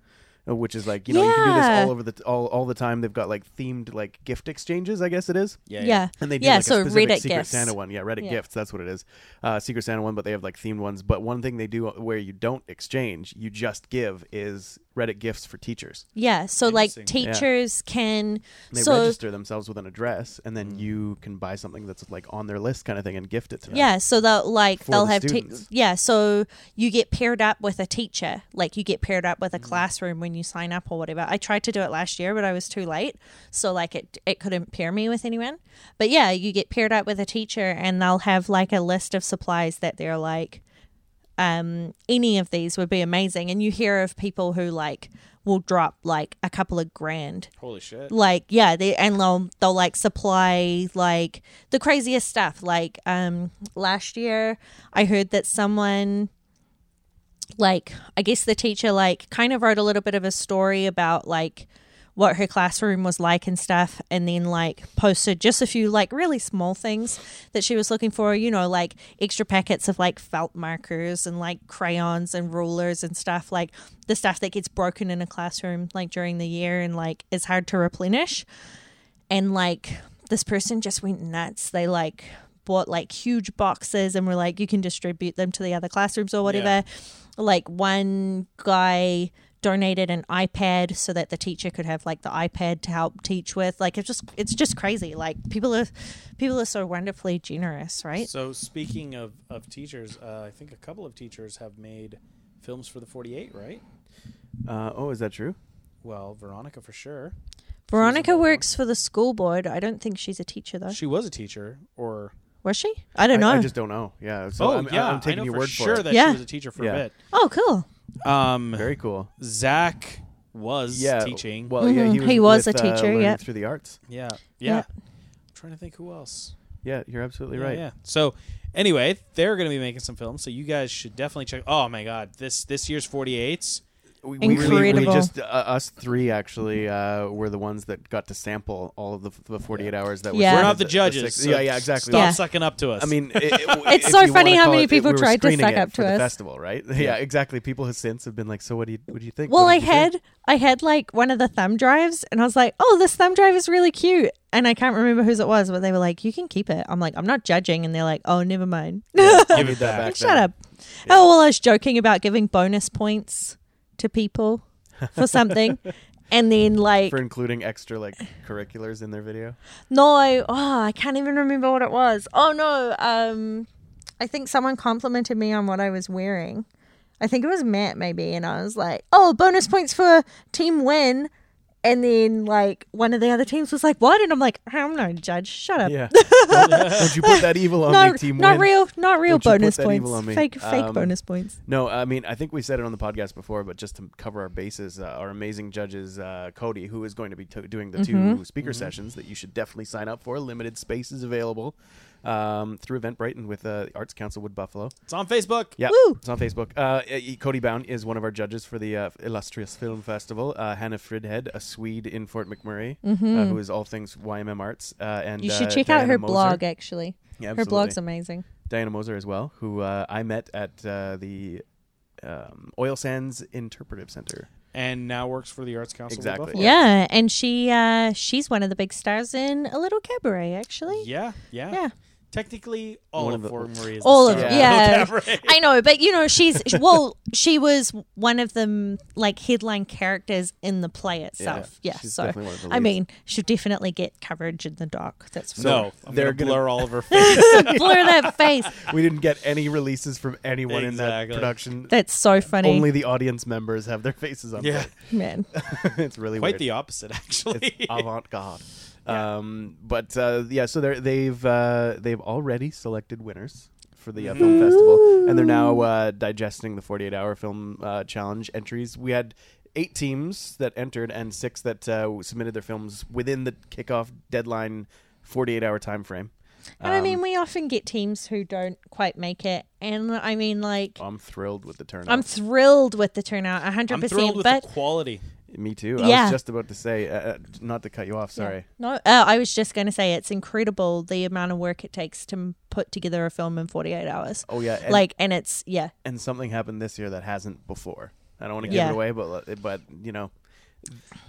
S4: uh, which is like you know you can do this
S3: Yeah.
S4: all over the all all the time. They've got like themed like gift exchanges, I guess it is.
S3: yeah,
S4: And they do
S3: yeah
S4: like
S3: so
S4: a specific
S3: Reddit
S4: Secret
S3: gifts
S4: Santa one. Yeah, Reddit
S3: Yeah.
S4: gifts. That's what it is. Uh, Secret Santa one, but they have like themed ones. But one thing they do uh, where you don't exchange, you just give, is Reddit gifts for teachers.
S3: yeah so like
S2: Interesting.
S4: Yeah.
S3: teachers can
S4: And they
S3: so Mm.
S4: register themselves with an address, and then you can buy something that's like on their list, kind of thing, and gift it to them.
S3: Yeah, so they'll like
S4: For
S3: they'll
S4: the
S3: have te-
S4: students.
S3: yeah. So you get paired up with a teacher, like you get paired up
S4: Mm.
S3: with a classroom when you sign up or whatever. I tried to do it last year, but I was too late, so like it it couldn't pair me with anyone. But yeah, you get paired up with a teacher, and they'll have like a list of supplies that they're like, um, any of these would be amazing. And you hear of people who like will drop like a couple of grand
S2: Holy shit.
S3: like yeah they and they'll they'll like supply like the craziest stuff like um last year i heard that someone like i guess the teacher like kind of wrote a little bit of a story about like what her classroom was like and stuff and then like posted just a few like really small things that she was looking for you know like extra packets of like felt markers and like crayons and rulers and stuff like the stuff that gets broken in a classroom like during the year and like is hard to replenish and like this person just went nuts they like bought like huge boxes and were like you can distribute them to the other classrooms or whatever like one guy donated an ipad so that the teacher could have like the ipad to help teach with like it's just it's just crazy like people are people are so wonderfully generous right
S2: So speaking of, of teachers, uh, I think a couple of teachers have made films for the 48, right?
S4: Uh, oh, is that true?
S2: Well, Veronica for sure.
S3: veronica works for the school board i don't think she's a teacher though
S2: She was a teacher or
S3: was she i don't know
S4: I, just don't know. Yeah. So
S2: oh
S4: I'm,
S2: yeah,
S4: I'm
S2: I
S4: taking
S2: know
S4: your
S2: for
S4: word
S2: sure
S4: for it.
S2: that
S3: Yeah.
S2: she was a teacher for
S4: Yeah.
S2: a
S3: oh cool
S2: bit. Um,
S4: Very cool.
S2: Zach was
S4: Yeah.
S2: teaching.
S4: Well, yeah,
S3: Mhm.
S4: he was,
S3: He was
S4: with,
S3: a
S4: uh,
S3: teacher,
S4: learning
S3: yeah.
S4: Through the arts.
S2: yeah, yeah,
S3: Yeah.
S2: I'm trying to think who else.
S4: Yeah, you're absolutely
S2: Yeah,
S4: right.
S2: Yeah. So anyway, they're going to be making some films, so you guys should definitely check. Oh my God, this this year's 48s.
S4: We, we really, we
S3: Incredible.
S4: just uh, us three actually uh, were the ones that got to sample all of the, the 48 hours that
S3: Yeah.
S4: were.
S2: We're not the judges. so
S4: yeah, yeah, exactly.
S2: Stop
S3: Yeah.
S2: sucking up to us.
S4: I mean, it, it- w-
S3: It's
S4: if
S3: so
S4: you
S3: funny
S4: wanna
S3: how
S4: call
S3: many
S4: it-
S3: people
S4: we were
S3: tried to
S4: screening
S3: suck
S4: it
S3: up
S4: for
S3: to
S4: the
S3: us.
S4: Festival, right? Yeah. exactly. People have since have been like, "So what do you what do you think?"
S3: Well,
S4: What
S3: I
S4: did you think?"
S3: had I had like one of the thumb drives, and I was like, "Oh, this thumb drive is really cute." And I can't remember whose it was, but they were like, "You can keep it." I'm like, "I'm not judging," and they're like, "Oh, never mind."
S4: give it that back.
S3: Shut up. Oh well, I was joking about giving bonus points to people for something, and then like
S4: for including extra like curriculars in their video.
S3: no, oh, I can't even remember what it was. Oh no, um, I think someone complimented me on what I was wearing. I think it was Matt maybe, and I was like, "Oh, bonus points for team win And then like one of the other teams was like, "What?" And I'm like, "I'm no judge. Shut up.
S4: Yeah. Don't you put that evil on
S3: no,
S4: me, team
S3: not
S4: win.
S3: real, not real
S4: Don't you put
S3: bonus
S4: that evil
S3: points.
S4: on me.
S3: Fake, fake
S4: Um,
S3: bonus points.
S4: No, I mean, I think we said it on the podcast before, but just to cover our bases, uh, our amazing judges, uh, Cody, who is going to be to doing the
S3: Mm-hmm.
S4: two speaker sessions that you should definitely sign up for. Limited spaces available um, through Eventbrite and with uh, Arts Council Wood Buffalo.
S2: It's on Facebook.
S4: Yeah,
S3: Woo!
S4: it's on Facebook. Uh, e- Cody Bound is one of our judges for the uh, illustrious film festival. Uh, Hannah Fridhed, a Swede in Fort McMurray, uh, who is all things YMM Arts. Uh, and
S3: Mm-hmm. You should
S4: uh,
S3: check out
S4: Diana
S3: her
S4: Moser.
S3: blog. Actually,
S4: Yeah,
S3: her
S4: absolutely.
S3: blog's amazing.
S4: Diana Moser as well, who uh, I met at uh, the um, Oil Sands Interpretive Center.
S2: And now works for the Arts Council. of
S4: Exactly.
S2: Buffalo.
S3: Yeah, and she uh she's one of the big stars in A Little Cabaret. Actually,
S2: Yeah. Yeah.
S3: Yeah.
S2: Technically, all
S4: One
S2: of
S4: of the-
S2: Fort Murray is
S3: All
S2: the
S3: of
S2: star
S3: yeah,
S2: the cabaret.
S3: I know, but you know, she's well, she was one of the like headline characters in the play itself. Yeah,
S4: she's
S3: so
S4: definitely one of the
S3: I
S4: leads.
S3: mean, she'll definitely get coverage in the dock. That's for
S2: No, I'm
S4: They're
S2: gonna
S4: gonna-
S2: blur all of her faces.
S3: sure. blur that face.
S4: We didn't get any releases from anyone in
S2: Exactly.
S4: that production.
S3: That's so funny,
S4: Only the audience members have their faces on.
S2: yeah,
S3: man.
S4: plate. it's really
S2: quite
S4: weird.
S2: the opposite, actually.
S4: it's avant-garde. Um, but uh, yeah, so they're, they've uh, they've already selected winners for the uh, film festival, and they're now uh, digesting the 48-hour film uh, challenge entries. We had eight teams that entered and six that uh, submitted their films within the kickoff deadline 48-hour time frame.
S3: And I mean, we often get teams who don't quite make it, and I mean, like,
S4: I'm thrilled with the turnout.
S3: I'm thrilled with the turnout, hundred
S2: I'm thrilled
S3: percent.
S2: with
S3: But
S2: the quality.
S4: Me too. I
S3: Yeah.
S4: was just about to say, uh, uh, not to cut you off. Sorry.
S3: No, uh, I was just going to say it's incredible the amount of work it takes to m- put together a film in 48 hours.
S4: Oh yeah, and,
S3: like, and it's, yeah.
S4: and something happened this year that hasn't before. I don't want to give
S3: Yeah.
S4: it away, but le- but you know,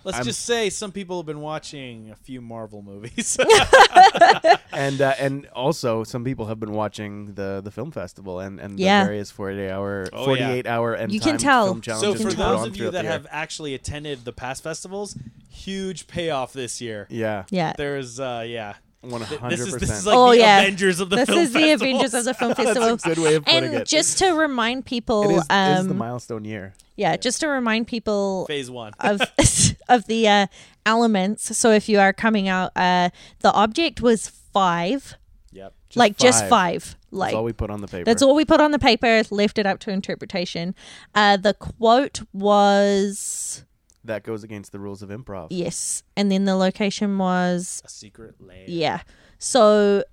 S2: Let's
S4: I'm-
S2: just say some people have been watching a few Marvel movies.
S4: and uh, and also some people have been watching the the film festival and and
S3: Yeah.
S4: the various forty hour,
S2: Oh, yeah.
S4: forty eight hour, and
S3: You can
S4: timed
S3: tell.
S4: film
S3: So
S4: challenges
S2: so for
S4: put
S2: those
S4: on
S2: of you
S4: throughout the
S2: that
S4: year.
S2: have actually attended the past festivals, huge payoff this year.
S4: yeah,
S3: Yeah.
S2: There's uh yeah.
S4: one
S2: Th- This
S4: hundred
S2: is this is
S4: percent.
S2: like
S3: Oh,
S2: the
S3: yeah.
S2: Avengers of the
S3: This
S2: film
S3: is the
S2: festivals.
S3: Avengers of the Film Festival.
S4: Good way of putting
S3: Oh, and
S4: it.
S3: just to remind people,
S4: it is, it is
S3: um,
S4: the milestone year.
S3: yeah, just to remind people
S2: phase one.
S3: of of the uh, elements. So if you are coming out, uh, the object was five,
S2: Yep.
S3: like just
S4: five.
S3: five, like
S4: That's all we put on the paper.
S3: That's all we put on the paper. Left it up to interpretation. Uh, the quote was
S4: that goes against the rules of improv.
S3: yes, and then the location was
S2: A secret land.
S3: yeah. So,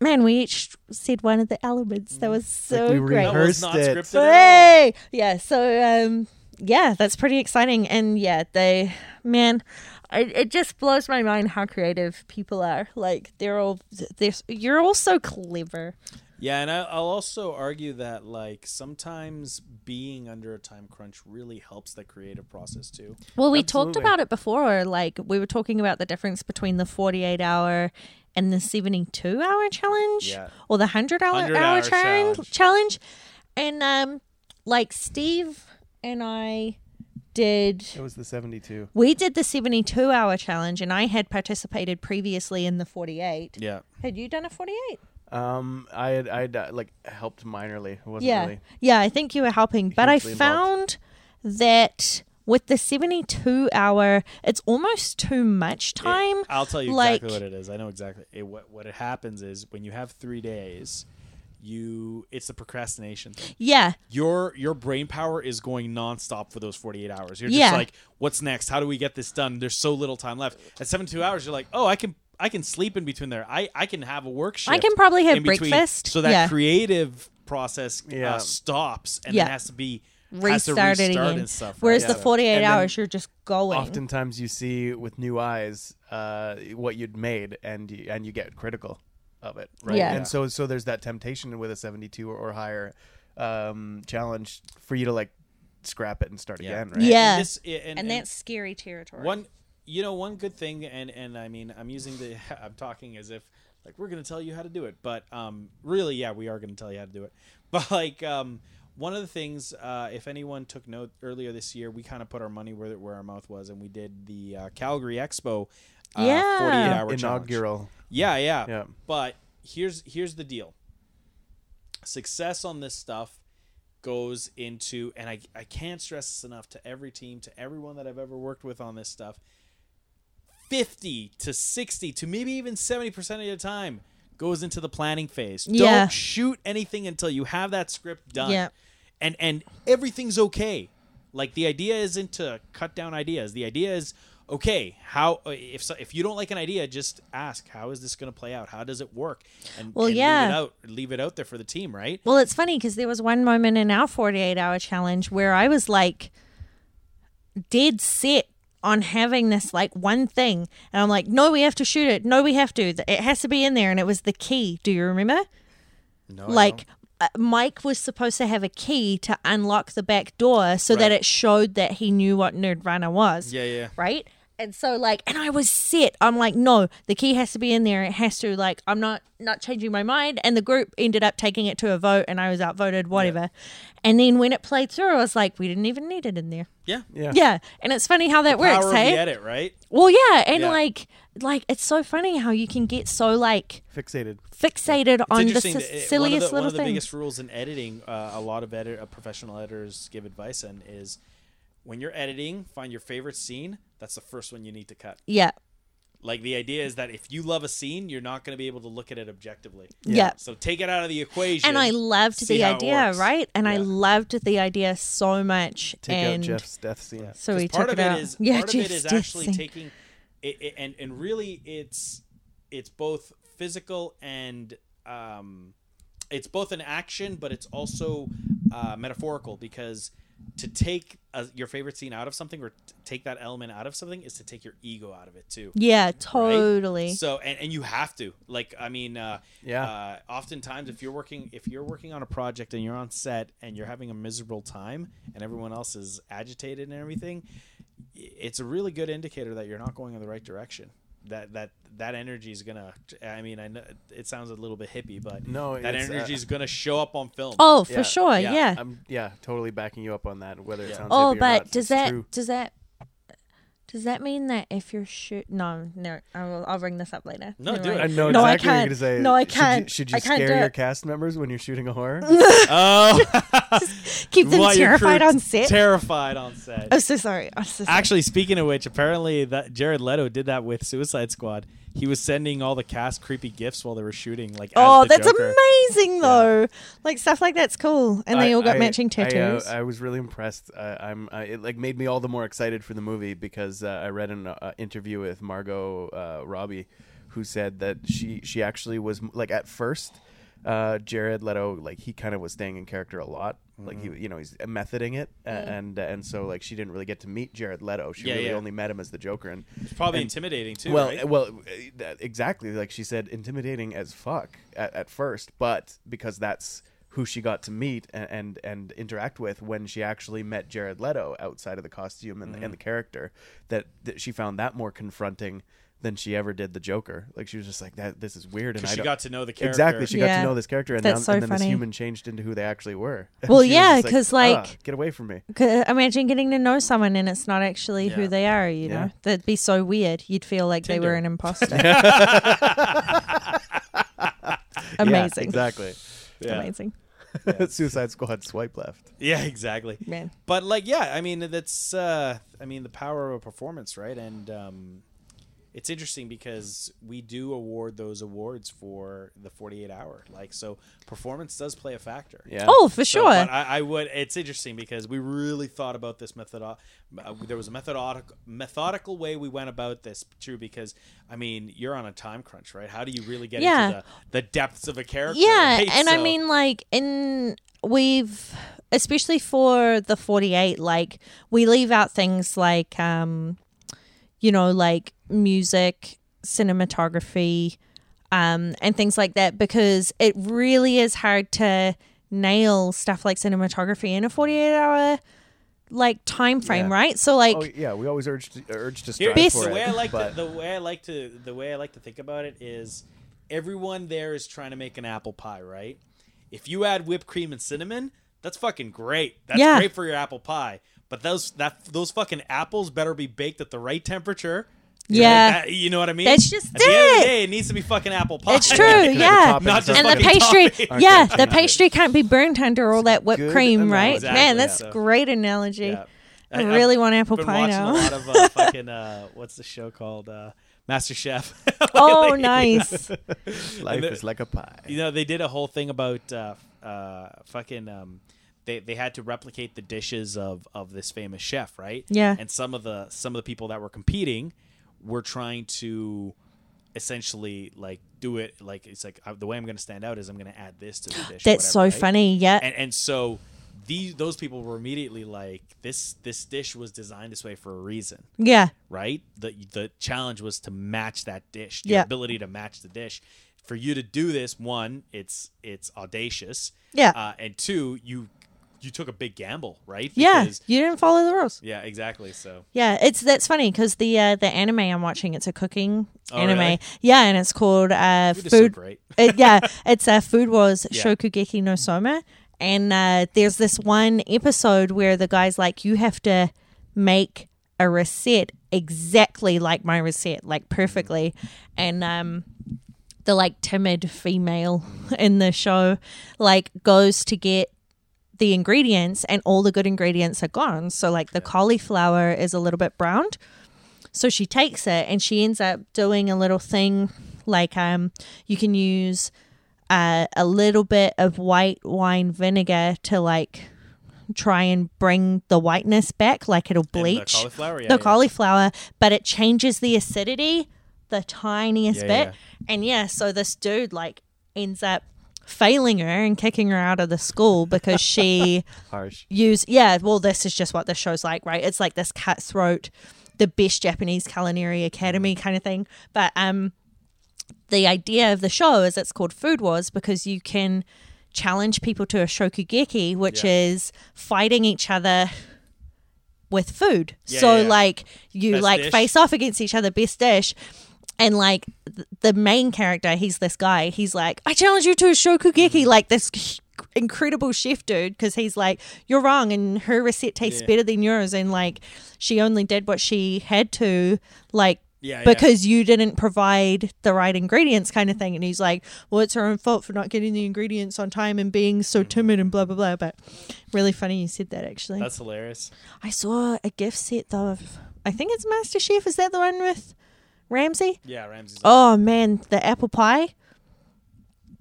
S3: man, we each said one of the elements. That was so
S4: we
S3: great.
S2: That was
S4: Rehearsed
S2: not
S4: it.
S2: scripted at all.
S3: Hey, yeah. So, um, yeah, that's pretty exciting. And yeah, they, man, it, it just blows my mind how creative people are. Like they're all, they're, you're all so clever.
S2: Yeah, and I, I'll also argue that like sometimes being under a time crunch really helps the creative process too.
S3: Well, we talked
S4: Absolutely.
S3: about it before. Like we were talking about the difference between the forty-eight hour and the seventy-two hour challenge,
S4: Yeah.
S3: or the hundred hour
S2: 100
S3: hour
S2: hour
S3: challenge.
S2: challenge.
S3: challenge. And um, like Steve and I did.
S4: It was the seventy two.
S3: We did the seventy-two hour challenge, and I had participated previously in the forty-eight.
S2: Yeah.
S3: Had you done a forty-eight?
S4: Um, I had I had uh, like helped minorly. It wasn't
S3: Yeah,
S4: really.
S3: yeah. I think you were helping, but I
S4: Hugely
S3: found
S4: involved.
S3: that with the seventy-two hour, it's almost too much time.
S2: I'll tell you
S3: like-
S2: exactly what it is. I know exactly it, what what it happens is when you have three days, you it's the procrastination thing.
S3: Yeah,
S2: Your your brain power is going nonstop for those forty eight hours. You're
S3: Yeah.
S2: just like, what's next? How do we get this done? There's so little time left. At seven two hours, you're like, oh, I can I can sleep in between there. I I can have a work shift.
S3: I can probably have
S2: in between.
S3: breakfast.
S2: So that
S3: Yeah.
S2: creative process
S4: Yeah.
S2: uh, stops and
S3: Yeah.
S2: then has to be has to
S3: restarted
S2: restart
S3: again.
S2: and stuff.
S3: Whereas
S2: right?
S3: the
S2: So-
S3: 48
S4: And then
S3: hours, you're just going.
S4: Oftentimes, you see with new eyes uh, what you'd made, and you, and you get critical of it, right?
S3: Yeah. Yeah.
S4: And so so there's that temptation with a 72 or, or higher um, challenge for you to like scrap it and start again, right?
S3: Yeah.
S2: This- and,
S3: and
S2: and-
S3: that's scary territory.
S2: One, you know, one good thing, and and I mean, I'm using the, I'm talking as if like we're gonna tell you how to do it, but um, really, yeah, we are gonna tell you how to do it. But like, um, one of the things, uh, if anyone took note earlier this year, we kind of put our money where where our mouth was, and we did the uh, Calgary Expo, uh,
S3: Yeah.
S2: 48 hour challenge.
S4: Inaugural.
S2: Yeah, yeah.
S4: Yeah.
S2: But here's here's the deal. Success on this stuff goes into and I, I can't stress this enough to every team, to everyone that I've ever worked with on this stuff. 50 to 60 to maybe even 70% of the time goes into the planning phase.
S3: Yeah.
S2: Don't shoot anything until you have that script done.
S3: Yeah.
S2: And and everything's okay. Like the idea isn't to cut down ideas. The idea is okay, how if so, if you don't like an idea, just ask how is this going to play out? How does it work? And,
S3: Well,
S2: and
S3: yeah.
S2: leave it out leave it out there for the team, right?
S3: Well, it's funny because there was one moment in our 48 hour challenge where I was like dead set on having this like one thing. And I'm like, no, we have to shoot it. No, we have to. It has to be in there. And it was the key. Do you remember?
S2: No.
S3: like uh, Mike was supposed to have a key to unlock the back door so that
S2: Right.
S3: it showed that he knew what Nerd Runner was.
S2: yeah, yeah.
S3: Right? And so like and I was set. I'm like, no, the key has to be in there. It has to like I'm not not changing my mind. And the group ended up taking it to a vote and I was outvoted, whatever. And then when it played through, I was like, we didn't even need it in there.
S2: Yeah.
S4: Yeah.
S3: Yeah. And it's funny how that
S2: Power
S3: works,
S2: of
S3: hey?
S2: the edit, right?
S3: Well yeah, and
S2: Yeah.
S3: like like it's so funny how you can get so like
S4: Fixated.
S3: fixated on the
S2: interesting
S3: s-
S2: that it- one
S3: silliest little
S2: of the, One of the
S3: thing.
S2: biggest rules in editing, uh, a lot of edit, uh, professional editors give advice on is when you're editing, find your favorite scene. That's the first one you need to cut.
S3: Yeah.
S2: Like the idea is that if you love a scene, you're not going to be able to look at it objectively.
S3: Yeah.
S2: So take it out of the equation.
S3: and I loved
S2: see
S3: the
S2: how it
S3: idea,
S2: works.
S3: right? And I
S2: Yeah.
S3: loved the idea so much.
S4: Take
S3: and
S4: out Jeff's death scene.
S3: so
S2: 'Cause
S3: we
S2: part
S3: took
S2: of
S3: it out.
S2: is
S3: yeah,
S2: part of it is
S3: Jeff's death
S2: actually
S3: scene.
S2: taking it, it- and and really it's it's both physical and um it's both an action but it's also uh, metaphorical because to take uh your favorite scene out of something or t- take that element out of something is to take your ego out of it too
S3: Yeah,
S2: right?
S3: totally.
S2: So and, and you have to like I mean uh,
S4: Yeah.
S2: Uh, oftentimes, if you're working if you're working on a project and you're on set and you're having a miserable time and everyone else is agitated and everything, i- it's a really good indicator that you're not going in the right direction. That that that energy is gonna. I mean, I know it sounds a little bit hippie, but
S4: No,
S2: that
S4: it's, uh,
S2: energy is gonna show up on film.
S3: oh, for
S4: Yeah,
S3: sure. Yeah.
S2: yeah,
S4: I'm yeah, totally backing you up on that. Whether it sounds
S3: Oh,
S4: hippie or
S3: but
S4: not,
S3: does
S4: it's
S3: that
S4: true.
S3: does that does that mean that if you're shoot? No, no. I will, I'll bring this up later.
S2: No,
S3: Never
S2: do it.
S4: I
S3: mind.
S4: know
S3: No, I
S4: exactly what you're
S3: can't.
S4: gonna say.
S3: No, I
S4: Should you-
S3: can't.
S4: Should you,
S3: I can't do
S4: scare your
S3: it.
S4: cast members when you're shooting a horror?
S2: oh,
S3: Keep them
S2: While your crew
S3: terrified on
S2: is
S3: set.
S2: Terrified on set.
S3: I'm so sorry. I'm so sorry.
S2: Actually, speaking of which, apparently that Jared Leto did that with Suicide Squad. He was sending all the cast creepy gifts while they were shooting. Like, as
S3: oh,
S2: the
S3: that's
S2: Joker.
S3: amazing though. Like stuff like that's cool, and they
S4: I-
S3: all got
S4: I-
S3: matching
S4: I, uh,
S3: tattoos.
S4: I, was really impressed. I, I'm. I, it like made me all the more excited for the movie because uh, I read an uh, interview with Margot uh, Robbie, who said that she she actually was like at first. Uh, Jared Leto, like he kind of was staying in character a lot, like he,
S2: Mm-hmm.
S4: you know, he's methoding it, a- and and so like she didn't really get to meet Jared Leto. She
S2: Yeah,
S4: really
S2: yeah.
S4: only met him as the Joker, and
S2: It's probably intimidating too.
S4: well,
S2: right?
S4: well, uh, that- exactly. Like she said, intimidating as fuck at, at first, but because that's who she got to meet and, and and interact with when she actually met Jared Leto outside of the costume and, the, and the
S2: Mm-hmm.
S4: character, that, that she found that more confronting than she ever did the Joker. Like she was just like that. This is weird, and I
S2: she
S4: don't-
S2: got to know the character.
S4: exactly. She got
S3: Yeah.
S4: to know this character, and,
S3: That's
S4: now-
S3: so
S4: and then
S3: funny.
S4: this human changed into who they actually were. And
S3: Well,
S4: she was
S3: yeah,
S4: just
S3: 'cause,
S4: "Ah,
S3: like-
S4: get away from me.
S3: 'Cause uh, Imagine getting to know someone and it's not actually who
S2: Yeah.
S3: they are, you know?
S4: Yeah.
S3: That'd be so weird. You'd feel like they were
S2: Tinder.
S3: an imposter. Amazing.
S4: Yeah, exactly.
S2: yeah.
S3: Amazing.
S4: Suicide Squad swipe left.
S2: yeah, exactly.
S3: Man.
S2: But like, yeah, I mean, that's. Uh, I mean, the power of a performance, right? And um, it's interesting because we do award those awards for the forty-eight hour. Like, so performance does play a factor.
S4: Yeah.
S3: Oh, for
S2: So,
S3: sure.
S2: but I, I would. It's interesting because we really thought about this method. Uh, there was a methodical methodical way we went about this too. Because I mean, you're on a time crunch, right? How do you really get
S3: Yeah.
S2: into the, the depths of a character?
S3: yeah.
S2: right?
S3: and I
S2: So-
S3: mean, like, in we've, especially for the 48, like, we leave out things like, um, you know, like music, cinematography, um, and things like that because it really is hard to nail stuff like cinematography in a 48 hour like time frame
S4: Yeah.
S3: right so like
S4: Oh yeah, we always urge to, urge to
S2: Here-
S4: strive
S3: Basic-
S4: for
S2: the way
S4: it,
S2: I like
S4: but-
S2: to, the way I like to the way I like to think about it is everyone there is trying to make an apple pie, right? If you add whipped cream and cinnamon, that's fucking great. That's
S3: Yeah.
S2: great for your apple pie. But those that those fucking apples better be baked at the right temperature. to make
S3: Yeah.
S2: that- you know what I mean.
S3: That's just
S2: at the end of
S3: it.
S2: the day, it needs to be fucking apple pie.
S3: It's true, yeah.
S4: toppings
S2: Not just
S3: and the
S2: fucking
S3: pastry,
S2: toppings.
S3: yeah, the pastry can't be burnt under all that whipped
S4: Good
S3: cream, right?
S2: analogy.
S3: Man,
S2: Exactly,
S3: that's
S2: yeah.
S3: great analogy.
S2: Yeah.
S3: I
S2: I've
S3: really want apple
S2: been
S3: pie
S2: watching
S3: now.
S2: a lot of uh, fucking uh, what's the show called? Uh, Master Chef.
S3: oh,
S2: lately.
S3: nice.
S4: Life
S2: there-
S4: is like a pie.
S2: You know, they did a whole thing about uh, uh, fucking. Um, they, they had to replicate the dishes of, of this famous chef, right?
S3: Yeah.
S2: And some of the some of the people that were competing were trying to essentially like do it like it's like uh, the way I'm going to stand out is I'm going to add this to the dish. or
S3: That's so
S2: whatever, right?
S3: funny. Yeah.
S2: and and so these those people were immediately like this this dish was designed this way for a reason
S3: yeah.
S2: right the the challenge was to match that dish your
S3: Yeah.
S2: ability to match the dish for you to do this one it's it's audacious
S3: Yeah.
S2: uh, and two you you took a big gamble right
S3: yeah.
S2: Because-
S3: You didn't follow the rules.
S2: yeah exactly so
S3: Yeah, it's that's funny because the uh, the anime I'm watching it's a cooking
S2: Oh,
S3: anime.
S2: really?
S3: Yeah, and it's called uh,
S2: Food is so
S3: Food.
S2: great
S3: it, yeah, it's uh, Food Wars
S2: Yeah.
S3: Shokugeki no Soma, and uh, there's this one episode where the guy's like, "You have to make a reset exactly like my reset, like perfectly," and um, the like timid female in the show like goes to get the ingredients and all the good ingredients are gone so like the cauliflower is a little bit browned so she takes it and she ends up doing a little thing like um you can use uh, a little bit of white wine vinegar to like try and bring the whiteness back like it'll
S2: And the
S3: bleach
S2: uh, cauliflower yeah,
S3: the
S2: yeah.
S3: cauliflower, but it changes the acidity the tiniest
S2: Yeah,
S3: bit.
S2: yeah.
S3: And yeah, so this dude like ends up failing her and kicking her out of the school because she
S4: Harsh.
S3: use yeah well this is just what the show's like right it's like this cutthroat the best japanese culinary
S2: Mm.
S3: academy kind of thing but um the idea of the show is it's called food wars because you can challenge people to a shokugeki which is fighting each other with food
S2: Yeah,
S3: so
S2: yeah, yeah.
S3: like you
S2: Best
S3: like
S2: dish.
S3: face off against each other best dish and like th- the main character he's this guy he's like i challenge you to a
S2: Mm.
S3: shokugeki like this h- incredible chef dude because he's like you're wrong and her receipt tastes
S2: Yeah.
S3: better than yours and like she only did what she had to like
S2: Yeah, yeah.
S3: because you didn't provide the right ingredients kind of thing and he's like well it's her own fault for not getting the ingredients on time and being
S2: Mm.
S3: so timid and blah blah blah but really funny you said that actually
S2: that's hilarious
S3: i saw a gift set though of i think it's master chef is that the one with ramsey
S2: yeah ramsey's
S3: Oh man, the apple pie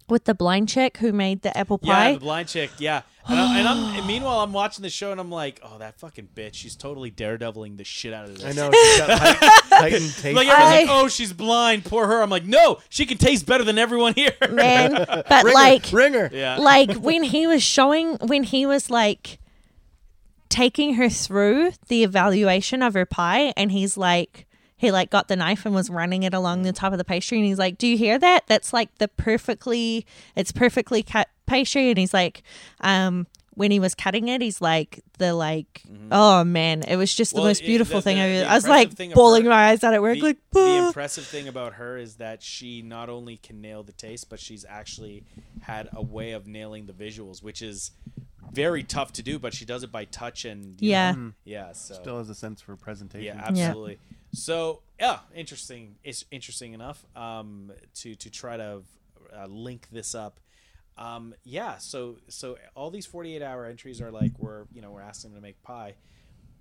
S3: with the blind chick who made the apple pie.
S2: Yeah, the blind chick. Yeah, and, I, and I'm and meanwhile I'm watching the show and I'm like, oh, that fucking bitch. She's totally daredeviling the shit out of this.
S4: I know. She's got height- heightened taste.
S2: Like everyone's like,
S3: I-
S2: oh, she's blind. Poor her. I'm like, no, she can taste better than everyone here.
S3: man, but
S4: ringer,
S3: like
S4: ringer.
S2: yeah,
S3: like when he was showing when he was like taking her through the evaluation of her pie and he's like he like got the knife and was running it along the top of the pastry and he's like do you hear that that's like the perfectly it's perfectly cut pastry and he's like um when he was cutting it he's like the like oh man it was just
S2: Mm-hmm. Well,
S3: the most
S2: it-
S3: beautiful
S2: the-
S3: thing
S2: the-
S3: i
S2: the
S3: i was
S2: impressive
S3: like
S2: thing of
S3: bawling
S2: her-
S3: my eyes out at work
S2: the,
S3: like
S2: the
S3: "Bah."
S2: impressive thing about her is that she not only can nail the taste, but she's actually had a way of nailing the visuals, which is very tough to do. But she does it by touch and you
S3: Yeah.
S2: know, yeah. So
S4: Still has a sense for presentation.
S2: Yeah, absolutely. So yeah, interesting. It's interesting enough um, to to try to uh, link this up. Um, yeah, so so all these forty eight hour entries are like we're you know we're asking them to make pie,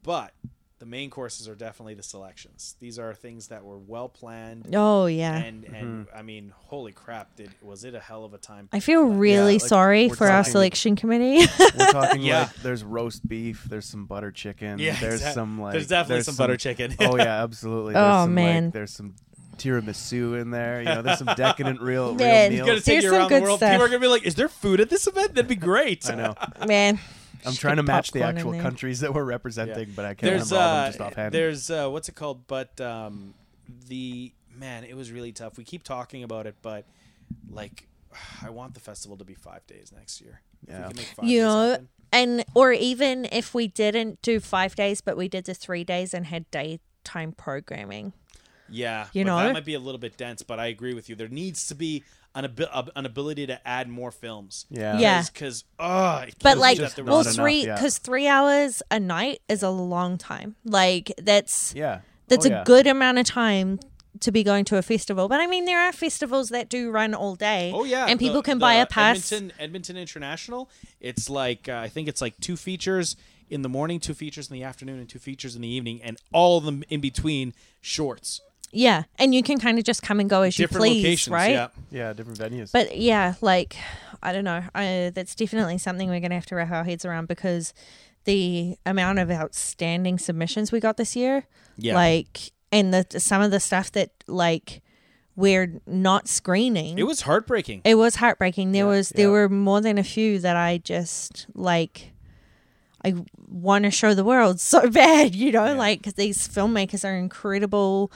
S2: but the main courses are definitely the selections. These are things that were well planned.
S3: oh yeah
S2: And and
S4: Mm-hmm.
S2: I mean, holy crap! Did was it a hell of a time?
S3: i feel really
S4: like,
S3: sorry
S4: we're
S3: for our
S4: talking-
S3: selection committee
S4: We're talking
S2: Yeah.
S4: like there's roast beef, there's some butter chicken, there's
S2: exact-
S4: some like
S2: there's definitely some, butter chicken.
S4: Oh yeah, absolutely. There's
S3: Oh,
S4: some,
S3: man.
S4: like, there's some tiramisu in there. You know, there's some decadent real
S3: Yeah,
S2: gonna
S4: real meals.
S3: There's
S2: take you
S3: some
S2: around the
S3: good
S2: world.
S3: stuff.
S2: People are gonna be like, "Is there food at this event? That'd be great."
S4: I know.
S3: man
S4: I'm
S3: Just
S4: trying to
S3: put
S4: match the
S3: popcorn in
S4: actual
S3: there.
S4: countries that we're representing, but I can't
S2: there's
S4: remember all of
S2: uh,
S4: them just offhand.
S2: there's uh, what's it called? But um, the man, it was really tough. We keep talking about it, but like, I want the festival to be five days next year. If we
S4: Yeah.
S2: can make five
S3: you
S2: days
S3: know
S2: happen.
S3: and or even if we didn't do five days but we did the three days and had daytime programming
S2: yeah,
S3: you
S2: but that
S3: know?
S2: might be a little bit dense, but I agree with you. There needs to be an, abi- ab- an ability to add more films.
S4: yeah.
S3: yeah.
S2: because oh,
S3: but like
S4: just not
S3: well
S4: enough,
S3: three
S4: yeah.
S3: because three hours a night is a long time like that's
S4: Yeah.
S3: that's
S4: Oh,
S3: a
S4: yeah.
S3: good amount of time to be going to a festival but i mean there are festivals that do run all day
S2: Oh yeah,
S3: and
S2: the-
S3: people can
S2: the
S3: buy a pass
S2: Edmonton, Edmonton International. It's like uh, I think it's like two features in the morning, two features in the afternoon, and two features in the evening, and all of them in between shorts.
S3: Yeah, and you can kind of just come and go as
S2: Different
S3: you please,
S2: locations,
S3: right?
S2: yeah.
S4: Yeah, different venues.
S3: But yeah, like I don't know. I, that's definitely something we're going to have to wrap our heads around because the amount of outstanding submissions we got this year,
S2: Yeah.
S3: like, and the some of the stuff that like we're not screening.
S2: It was heartbreaking.
S3: It was heartbreaking. There was there
S4: yeah.
S3: were more than a few that I just like. I want to show the world so bad, you know, like 'cause these filmmakers are incredible,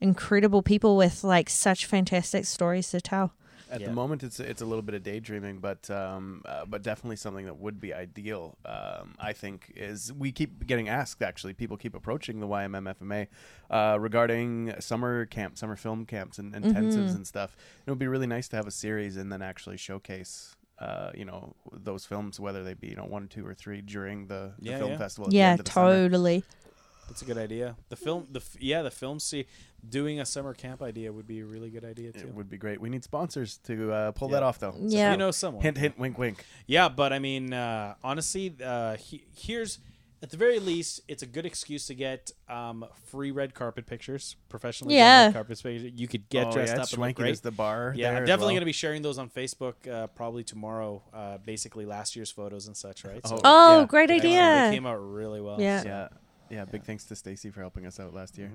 S3: incredible people with like such fantastic stories to tell.
S4: At
S2: Yeah.
S4: the moment, it's it's a little bit of daydreaming, but um, uh, but definitely something that would be ideal. Um, I think is we keep getting asked. Actually, people keep approaching the YMMFMA uh, regarding summer camp, summer film camps, and
S3: Mm-hmm.
S4: intensives and stuff. It would be really nice to have a series and then actually showcase. Uh, you know those films, whether they be you know one, two, or three during the, the
S2: Yeah,
S4: film
S2: yeah.
S4: festival. At the
S3: Yeah,
S4: end of the summer.
S3: totally.
S2: That's a good idea. The film, the f- yeah, the film. See, doing a summer camp idea would be a really good idea
S4: It
S2: too.
S4: would be great. We need sponsors to uh, pull
S2: Yeah.
S4: that off, though. So,
S3: Yeah.
S2: You know, someone.
S4: hint, hint, wink, wink.
S2: Yeah, but I mean, uh, honestly, uh, he, here's at the very least, it's a good excuse to get um, free red carpet pictures, professionally. done
S3: Yeah.
S2: red carpet pictures. You could
S4: Oh,
S2: get dressed up and look
S4: Schwanky is
S2: great.
S4: the bar.
S2: yeah,
S4: there
S2: I'm
S4: as
S2: definitely
S4: well.
S2: going to be sharing those on Facebook uh, probably tomorrow. Uh, basically, last year's photos and such, right?
S4: Oh,
S3: Oh,
S4: Yeah.
S3: great
S2: they
S3: idea.
S2: came out really well.
S3: Yeah.
S2: so-
S4: yeah yeah big thanks to stacy for helping us out last year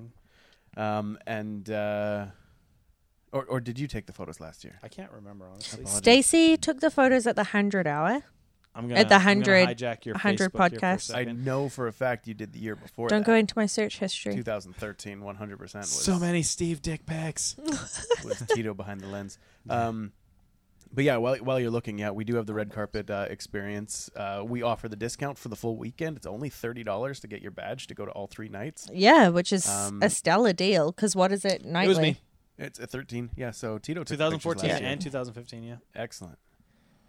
S4: um and uh or, or did you take the photos last year
S2: I can't remember honestly.
S4: Apologies.
S3: Stacy took the photos at the hundred hour.
S2: I'm gonna
S3: At the
S2: I'm gonna
S3: 100
S2: hijack your
S3: 100
S2: Facebook here for a
S3: podcast.
S4: i
S2: second.
S4: know for a fact you did the year before
S3: Don't
S4: that.
S3: go into my search history.
S4: 2013 100% was,
S2: so many Steve Dick pics.
S4: was tito behind the lens um but yeah, while, while you're looking, yeah, we do have the red carpet uh, experience. Uh, we offer the discount for the full weekend. It's only thirty dollars to get your badge to go to all three nights.
S3: Yeah, which is
S4: Um,
S3: a stellar deal because what is it nightly?
S2: It was me.
S4: It's a thirteen, yeah. So Tito took the pictures
S2: 2014
S4: last year.
S2: and 2015. Yeah.
S4: excellent.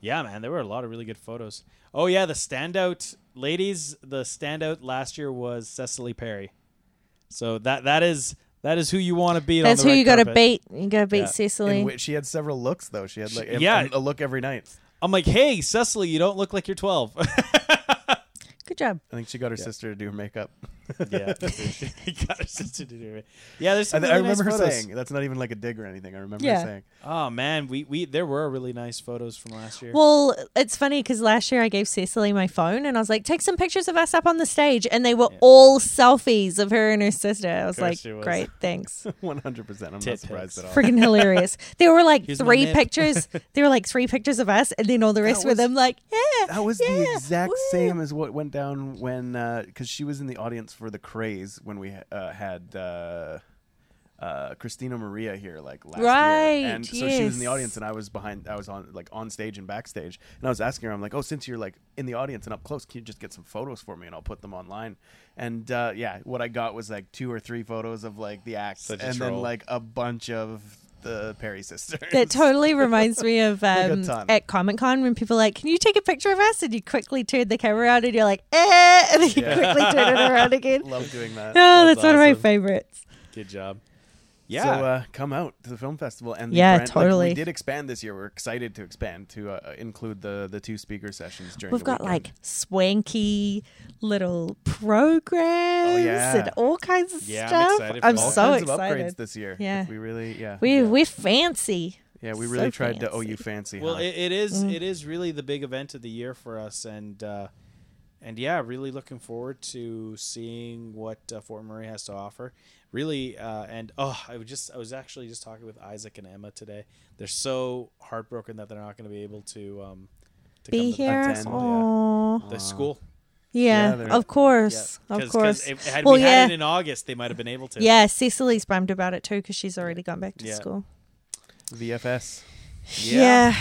S2: Yeah, man, there were a lot of really good photos. Oh yeah, the standout ladies, the standout last year was Cecily Perry. So that that is that is who you want to beat.
S3: That's
S2: on
S3: who
S2: the red
S3: you got to
S2: carpet.
S3: beat. You got to beat
S2: Yeah.
S3: Cecily.
S4: In which she had several looks though. She had like a-
S2: Yeah.
S4: a, a look every night.
S2: I'm like, hey, Cecily, you don't look like you're 12.
S3: Good job.
S4: I think she got her sister to do her makeup.
S2: yeah, got her sister to do it. Yeah, there's
S4: I,
S2: some
S4: I
S2: really nice
S4: remember her
S2: photos.
S4: saying that's not even like a dig or anything. I remember
S3: Yeah.
S4: her saying
S2: Oh man, we we there were really nice photos from last year.
S3: Well, it's funny because last year I gave Cecily my phone and I was like, take some pictures of us up on the stage. And they were all selfies of her and her sister. I was
S2: course
S3: like,
S2: it was.
S3: great, thanks.
S4: 100. percent I'm
S2: Tit
S4: not surprised
S2: pics.
S4: at all.
S3: Freaking hilarious. There were like
S2: Here's my
S3: three
S2: nip.
S3: pictures. There were like three pictures of us. And then all the rest were
S4: was-
S3: them like, yeah.
S4: That was
S3: yeah,
S4: the exact
S3: woo."
S4: same as what went down when because she was in the audience for the craze when we uh, had. Uh, uh, Christina Maria here, like last
S3: Right,
S4: year, and so she was in the
S3: yes.
S4: audience, and I was behind. I was on like on stage and backstage, and I was asking her, I'm like, "Oh, since you're like in the audience and up close, can you just get some photos for me, and I'll put them online?" And uh, yeah, what I got was like two or three photos of like the acts,
S2: Such a
S4: and then
S2: troll.
S4: like a bunch of the Perry sisters.
S3: That totally reminds me of
S4: a
S3: um,
S4: ton.
S3: at Comic Con when people are like, can you take a picture of us? And you quickly turn the camera around and you're like, eh. And then you quickly turn it around again.
S4: Love doing that.
S3: Oh, that's,
S2: That's
S3: one of my
S2: awesome.
S3: favorites.
S2: Good job.
S4: Yeah.
S2: Yeah.
S4: So uh, come out to the film festival and the
S3: Yeah,
S4: brand- like,
S3: totally.
S4: we did expand this year. We're excited to expand to uh, include the the two speaker sessions during.
S3: We've
S4: the
S3: got
S4: weekend.
S3: like swanky little programs
S4: Oh, yeah.
S3: and all kinds of
S2: Yeah, I'm
S3: stuff.
S2: excited for
S3: I'm
S2: all
S4: all
S3: so
S4: kinds of upgrades
S3: excited.
S4: this year.
S3: Yeah.
S4: we really yeah
S3: We
S4: yeah.
S3: we're fancy.
S4: yeah we
S3: so
S4: really tried to oh
S3: fancy.
S4: you fancy.
S2: Well,
S4: huh?
S2: it, it is
S3: Mm.
S2: it is really the big event of the year for us, and uh, and yeah, really looking forward to seeing what uh, Fort Murray has to offer. Really, uh, and oh, I was just I was actually just talking with Isaac and Emma today. They're so heartbroken that they're not going to be able to um, to
S3: Be
S2: come to the-
S3: here.
S4: attend, yeah.
S3: Aw.
S2: the school.
S3: Yeah,
S4: Yeah, they're-
S3: of course. Of
S2: 'Cause- 'cause
S3: course.
S2: if- had
S3: Well,
S2: we
S3: yeah.
S2: had it in August, they might have been able to.
S3: Yeah, Cecily's bummed about it too because she's already gone back to
S2: Yeah.
S3: school.
S4: VFS.
S3: Yeah.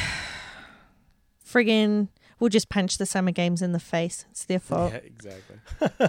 S3: Friggin' we'll just punch the summer games in the face. It's their fault.
S2: Yeah, exactly.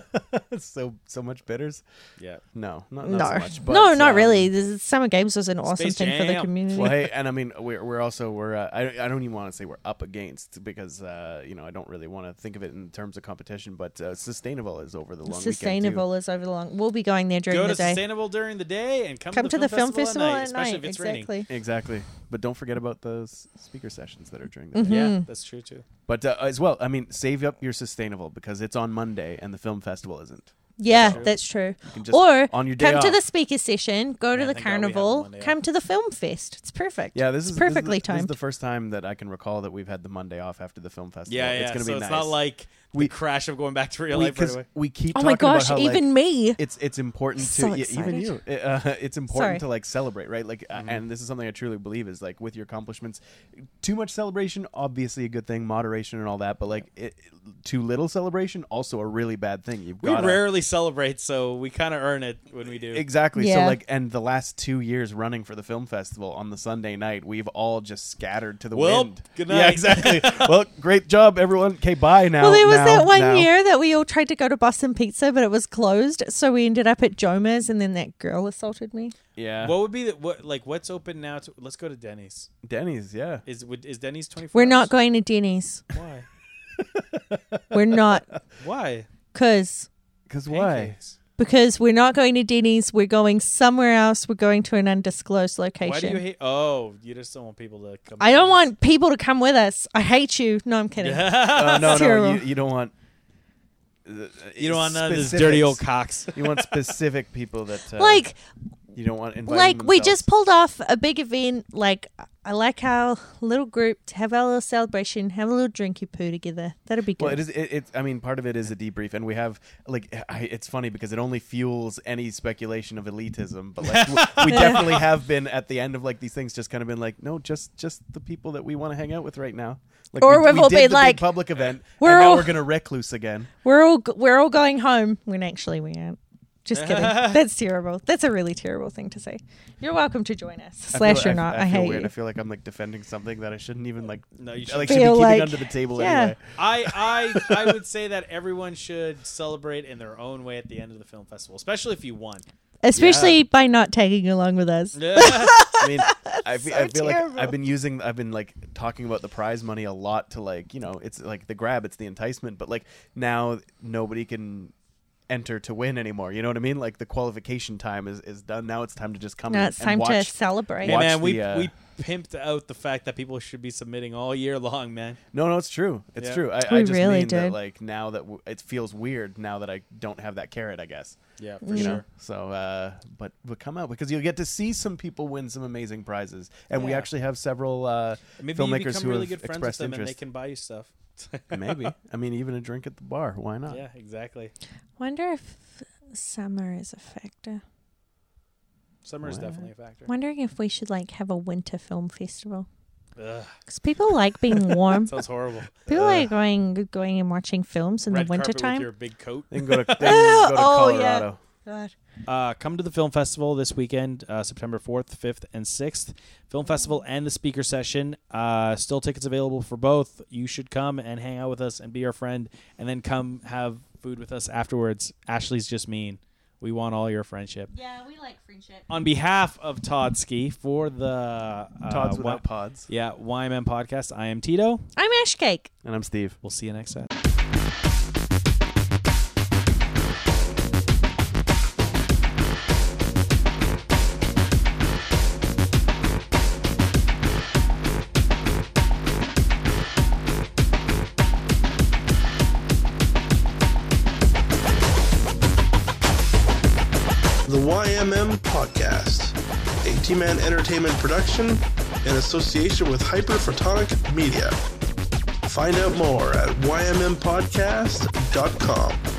S4: so so much bitters.
S2: Yeah.
S4: No, not,
S3: No,
S4: not so much. But,
S3: no, not
S4: um,
S3: really. This is, summer games was an awesome
S2: Space
S3: thing for the
S2: Jam.
S3: community.
S4: well, hey, and I mean, we're, we're also we're uh, I, I don't even want to say we're up against because uh, you know I don't really want to think of it in terms of competition, but uh, sustainable is over the long weekend, too.
S3: Sustainable is over the long. We'll be going there during
S2: Go
S3: the
S2: to
S3: day.
S2: sustainable during the day and come,
S3: Come to the film festival
S2: at night,
S3: at night.
S2: especially if it's raining.
S3: exactly.
S4: Exactly. but don't forget about those speaker sessions that are during the
S3: Mm-hmm.
S4: day.
S2: Yeah, that's true too.
S4: But uh, as well, I mean, save up your sustainable because it's on Monday and the film festival isn't.
S3: Yeah, that's true.
S4: can just-
S3: Or
S4: on your day
S3: come to
S4: off.
S3: the speaker session, go to
S2: Yeah,
S3: the
S2: thank God we have them
S3: carnival,
S2: Monday off.
S3: come to the film fest. It's perfect.
S4: Yeah, this
S3: It's
S4: is
S3: perfectly
S4: this is, the- This is
S3: timed.
S4: the first time that I can recall that we've had the Monday off after the film festival.
S2: Yeah, yeah.
S4: It's gonna
S2: so
S4: be
S2: it's
S4: nice.
S2: not like
S4: We-
S2: the crash of going back to real
S4: we,
S2: life right
S4: 'cause
S2: away.
S4: we keep.
S3: oh my
S4: talking about
S3: gosh,
S4: how, like,
S3: even me.
S4: it's it's important
S3: So
S4: to yeah, even you. Uh, it's important
S3: Sorry.
S4: to like celebrate, right? Like,
S2: Mm-hmm.
S4: uh, and this is something I truly believe is like with your accomplishments, too much celebration obviously a good thing, moderation and all that, but like it, it- too little celebration also a really bad thing. You've
S2: We
S4: got
S2: rarely celebrate, so we kind of earn it when we do.
S4: exactly so
S3: Yeah.
S4: like and the last two years running for the film festival on the Sunday night, we've all just scattered to the
S2: Well,
S4: wind.
S2: good
S4: Yeah,
S2: night.
S4: exactly. well, great job, everyone. Okay, bye now.
S3: Well, there was
S4: now,
S3: that one
S4: now.
S3: year that we all tried to go to Boston Pizza, but it was closed. So we ended up at Joma's, and then that girl assaulted me.
S4: Yeah,
S2: What would be the what like what's open now? To, let's go to Denny's.
S4: Denny's. Yeah,
S2: Is would, is Denny's twenty four?
S3: We're not going to Denny's.
S2: Why?
S3: We're not,
S2: Why?
S3: because.
S4: because why?
S2: Pancakes.
S3: Because we're not going to Denny's, we're going somewhere else. We're going to an undisclosed location.
S2: Why do you hate? Oh, you just don't want people to come.
S3: I don't want people to come with us. I hate you. No, I'm kidding.
S4: Oh, no, no,
S3: Terrible.
S4: you, you don't want.
S2: Uh, you don't want none of this dirty old
S4: Specifics.
S2: cocks.
S4: You want specific people that uh,
S3: Like,
S4: you don't want inviting
S3: like we
S4: themselves.
S3: just pulled off a big event. Like, I like our little group to have our little celebration, have a little drinky poo together. That'd be good.
S4: Well, it is. It, it's I mean, part of it is a debrief, and we have like I, it's funny because it only fuels any speculation of elitism. But like we, we definitely have been at the end of like these things, just kind of been like, no, just just the people that we want to hang out with right now. Like,
S3: Or
S4: we,
S3: we've
S4: we
S3: all
S4: did
S3: been
S4: the
S3: like,
S4: big public event,
S3: we're
S4: and now
S3: all-
S4: we're gonna recluse again.
S3: We're all g- we're all going home. When actually we aren't. Just kidding. That's terrible. That's a really terrible thing to say. You're welcome to join us.
S4: I feel-
S3: Slash
S4: I-
S3: or not, I,
S4: I, feel
S3: hate
S4: weird.
S3: you.
S4: I feel like I'm like defending something that I shouldn't even like.
S2: No, you
S4: I, like
S2: should
S4: should be
S3: feel
S4: keeping
S3: like-
S4: under the table
S3: yeah.
S4: anyway.
S2: I I I would say that everyone should celebrate in their own way at the end of the film festival, especially if you won.
S3: Especially by not tagging along with us.
S4: I mean, I feel, I feel like
S3: terrible.
S4: I've been using, I've been like talking about the prize money a lot to like, you know, it's like the grab, it's the enticement, but like now nobody can enter to win anymore. You know what I mean? Like the qualification time is, is done. Now it's time to just come
S3: No,
S4: and,
S3: it's
S4: and
S3: time to
S4: watch.
S3: celebrate.
S2: Hey,
S4: Watch
S2: man, we
S4: the, uh,
S2: we pimped out the fact that people should be submitting all year long, man.
S4: No, no, it's true. It's
S2: Yeah.
S4: true. I, I
S3: We
S4: just
S3: really
S4: mean that
S3: did.
S4: like now that w- it feels weird now that I don't have that carrot, I guess.
S2: Yeah, for
S4: you
S2: sure.
S4: know so uh but but come out because you'll get to see some people win some amazing prizes and we
S2: Yeah.
S4: actually have several uh
S2: Maybe you
S4: filmmakers
S2: become
S4: who
S2: really good
S4: have
S2: friends with
S4: expressed
S2: them and they
S4: interest
S2: can buy you stuff.
S4: Maybe. I mean, even a drink at the bar. Why not?
S2: yeah, exactly.
S3: Wonder if summer is a factor.
S2: Summer is
S4: Wow.
S2: definitely a factor.
S3: Wondering if we should like have a winter film festival
S2: Ugh,
S3: because people like being warm.
S2: sounds horrible.
S4: Uh,
S3: people like going going and watching films in
S2: Red
S3: the winter
S2: carpet with
S3: time.
S2: your big coat.
S4: They can go to, they can go to
S3: Oh, yeah.
S4: Colorado.
S3: God.
S2: Uh, come to the film festival this weekend, uh, September 4th, 5th, and 6th. Film festival and the speaker session. Uh, still tickets available for both. You should come and hang out with us and be our friend, and then come have food with us afterwards. Ashley's just mean. We want all your friendship.
S3: Yeah, we like friendship.
S2: On behalf of Todd Ski for the uh,
S4: Todd's
S2: Wy-
S4: without pods.
S2: yeah YMM podcast. I am Tito.
S3: I'm Ash Cake.
S4: And I'm Steve.
S2: We'll see you next time.
S6: The YMM Podcast, a T Man Entertainment production in association with Hyperphotonic Media. Find out more at ymmpodcast.com.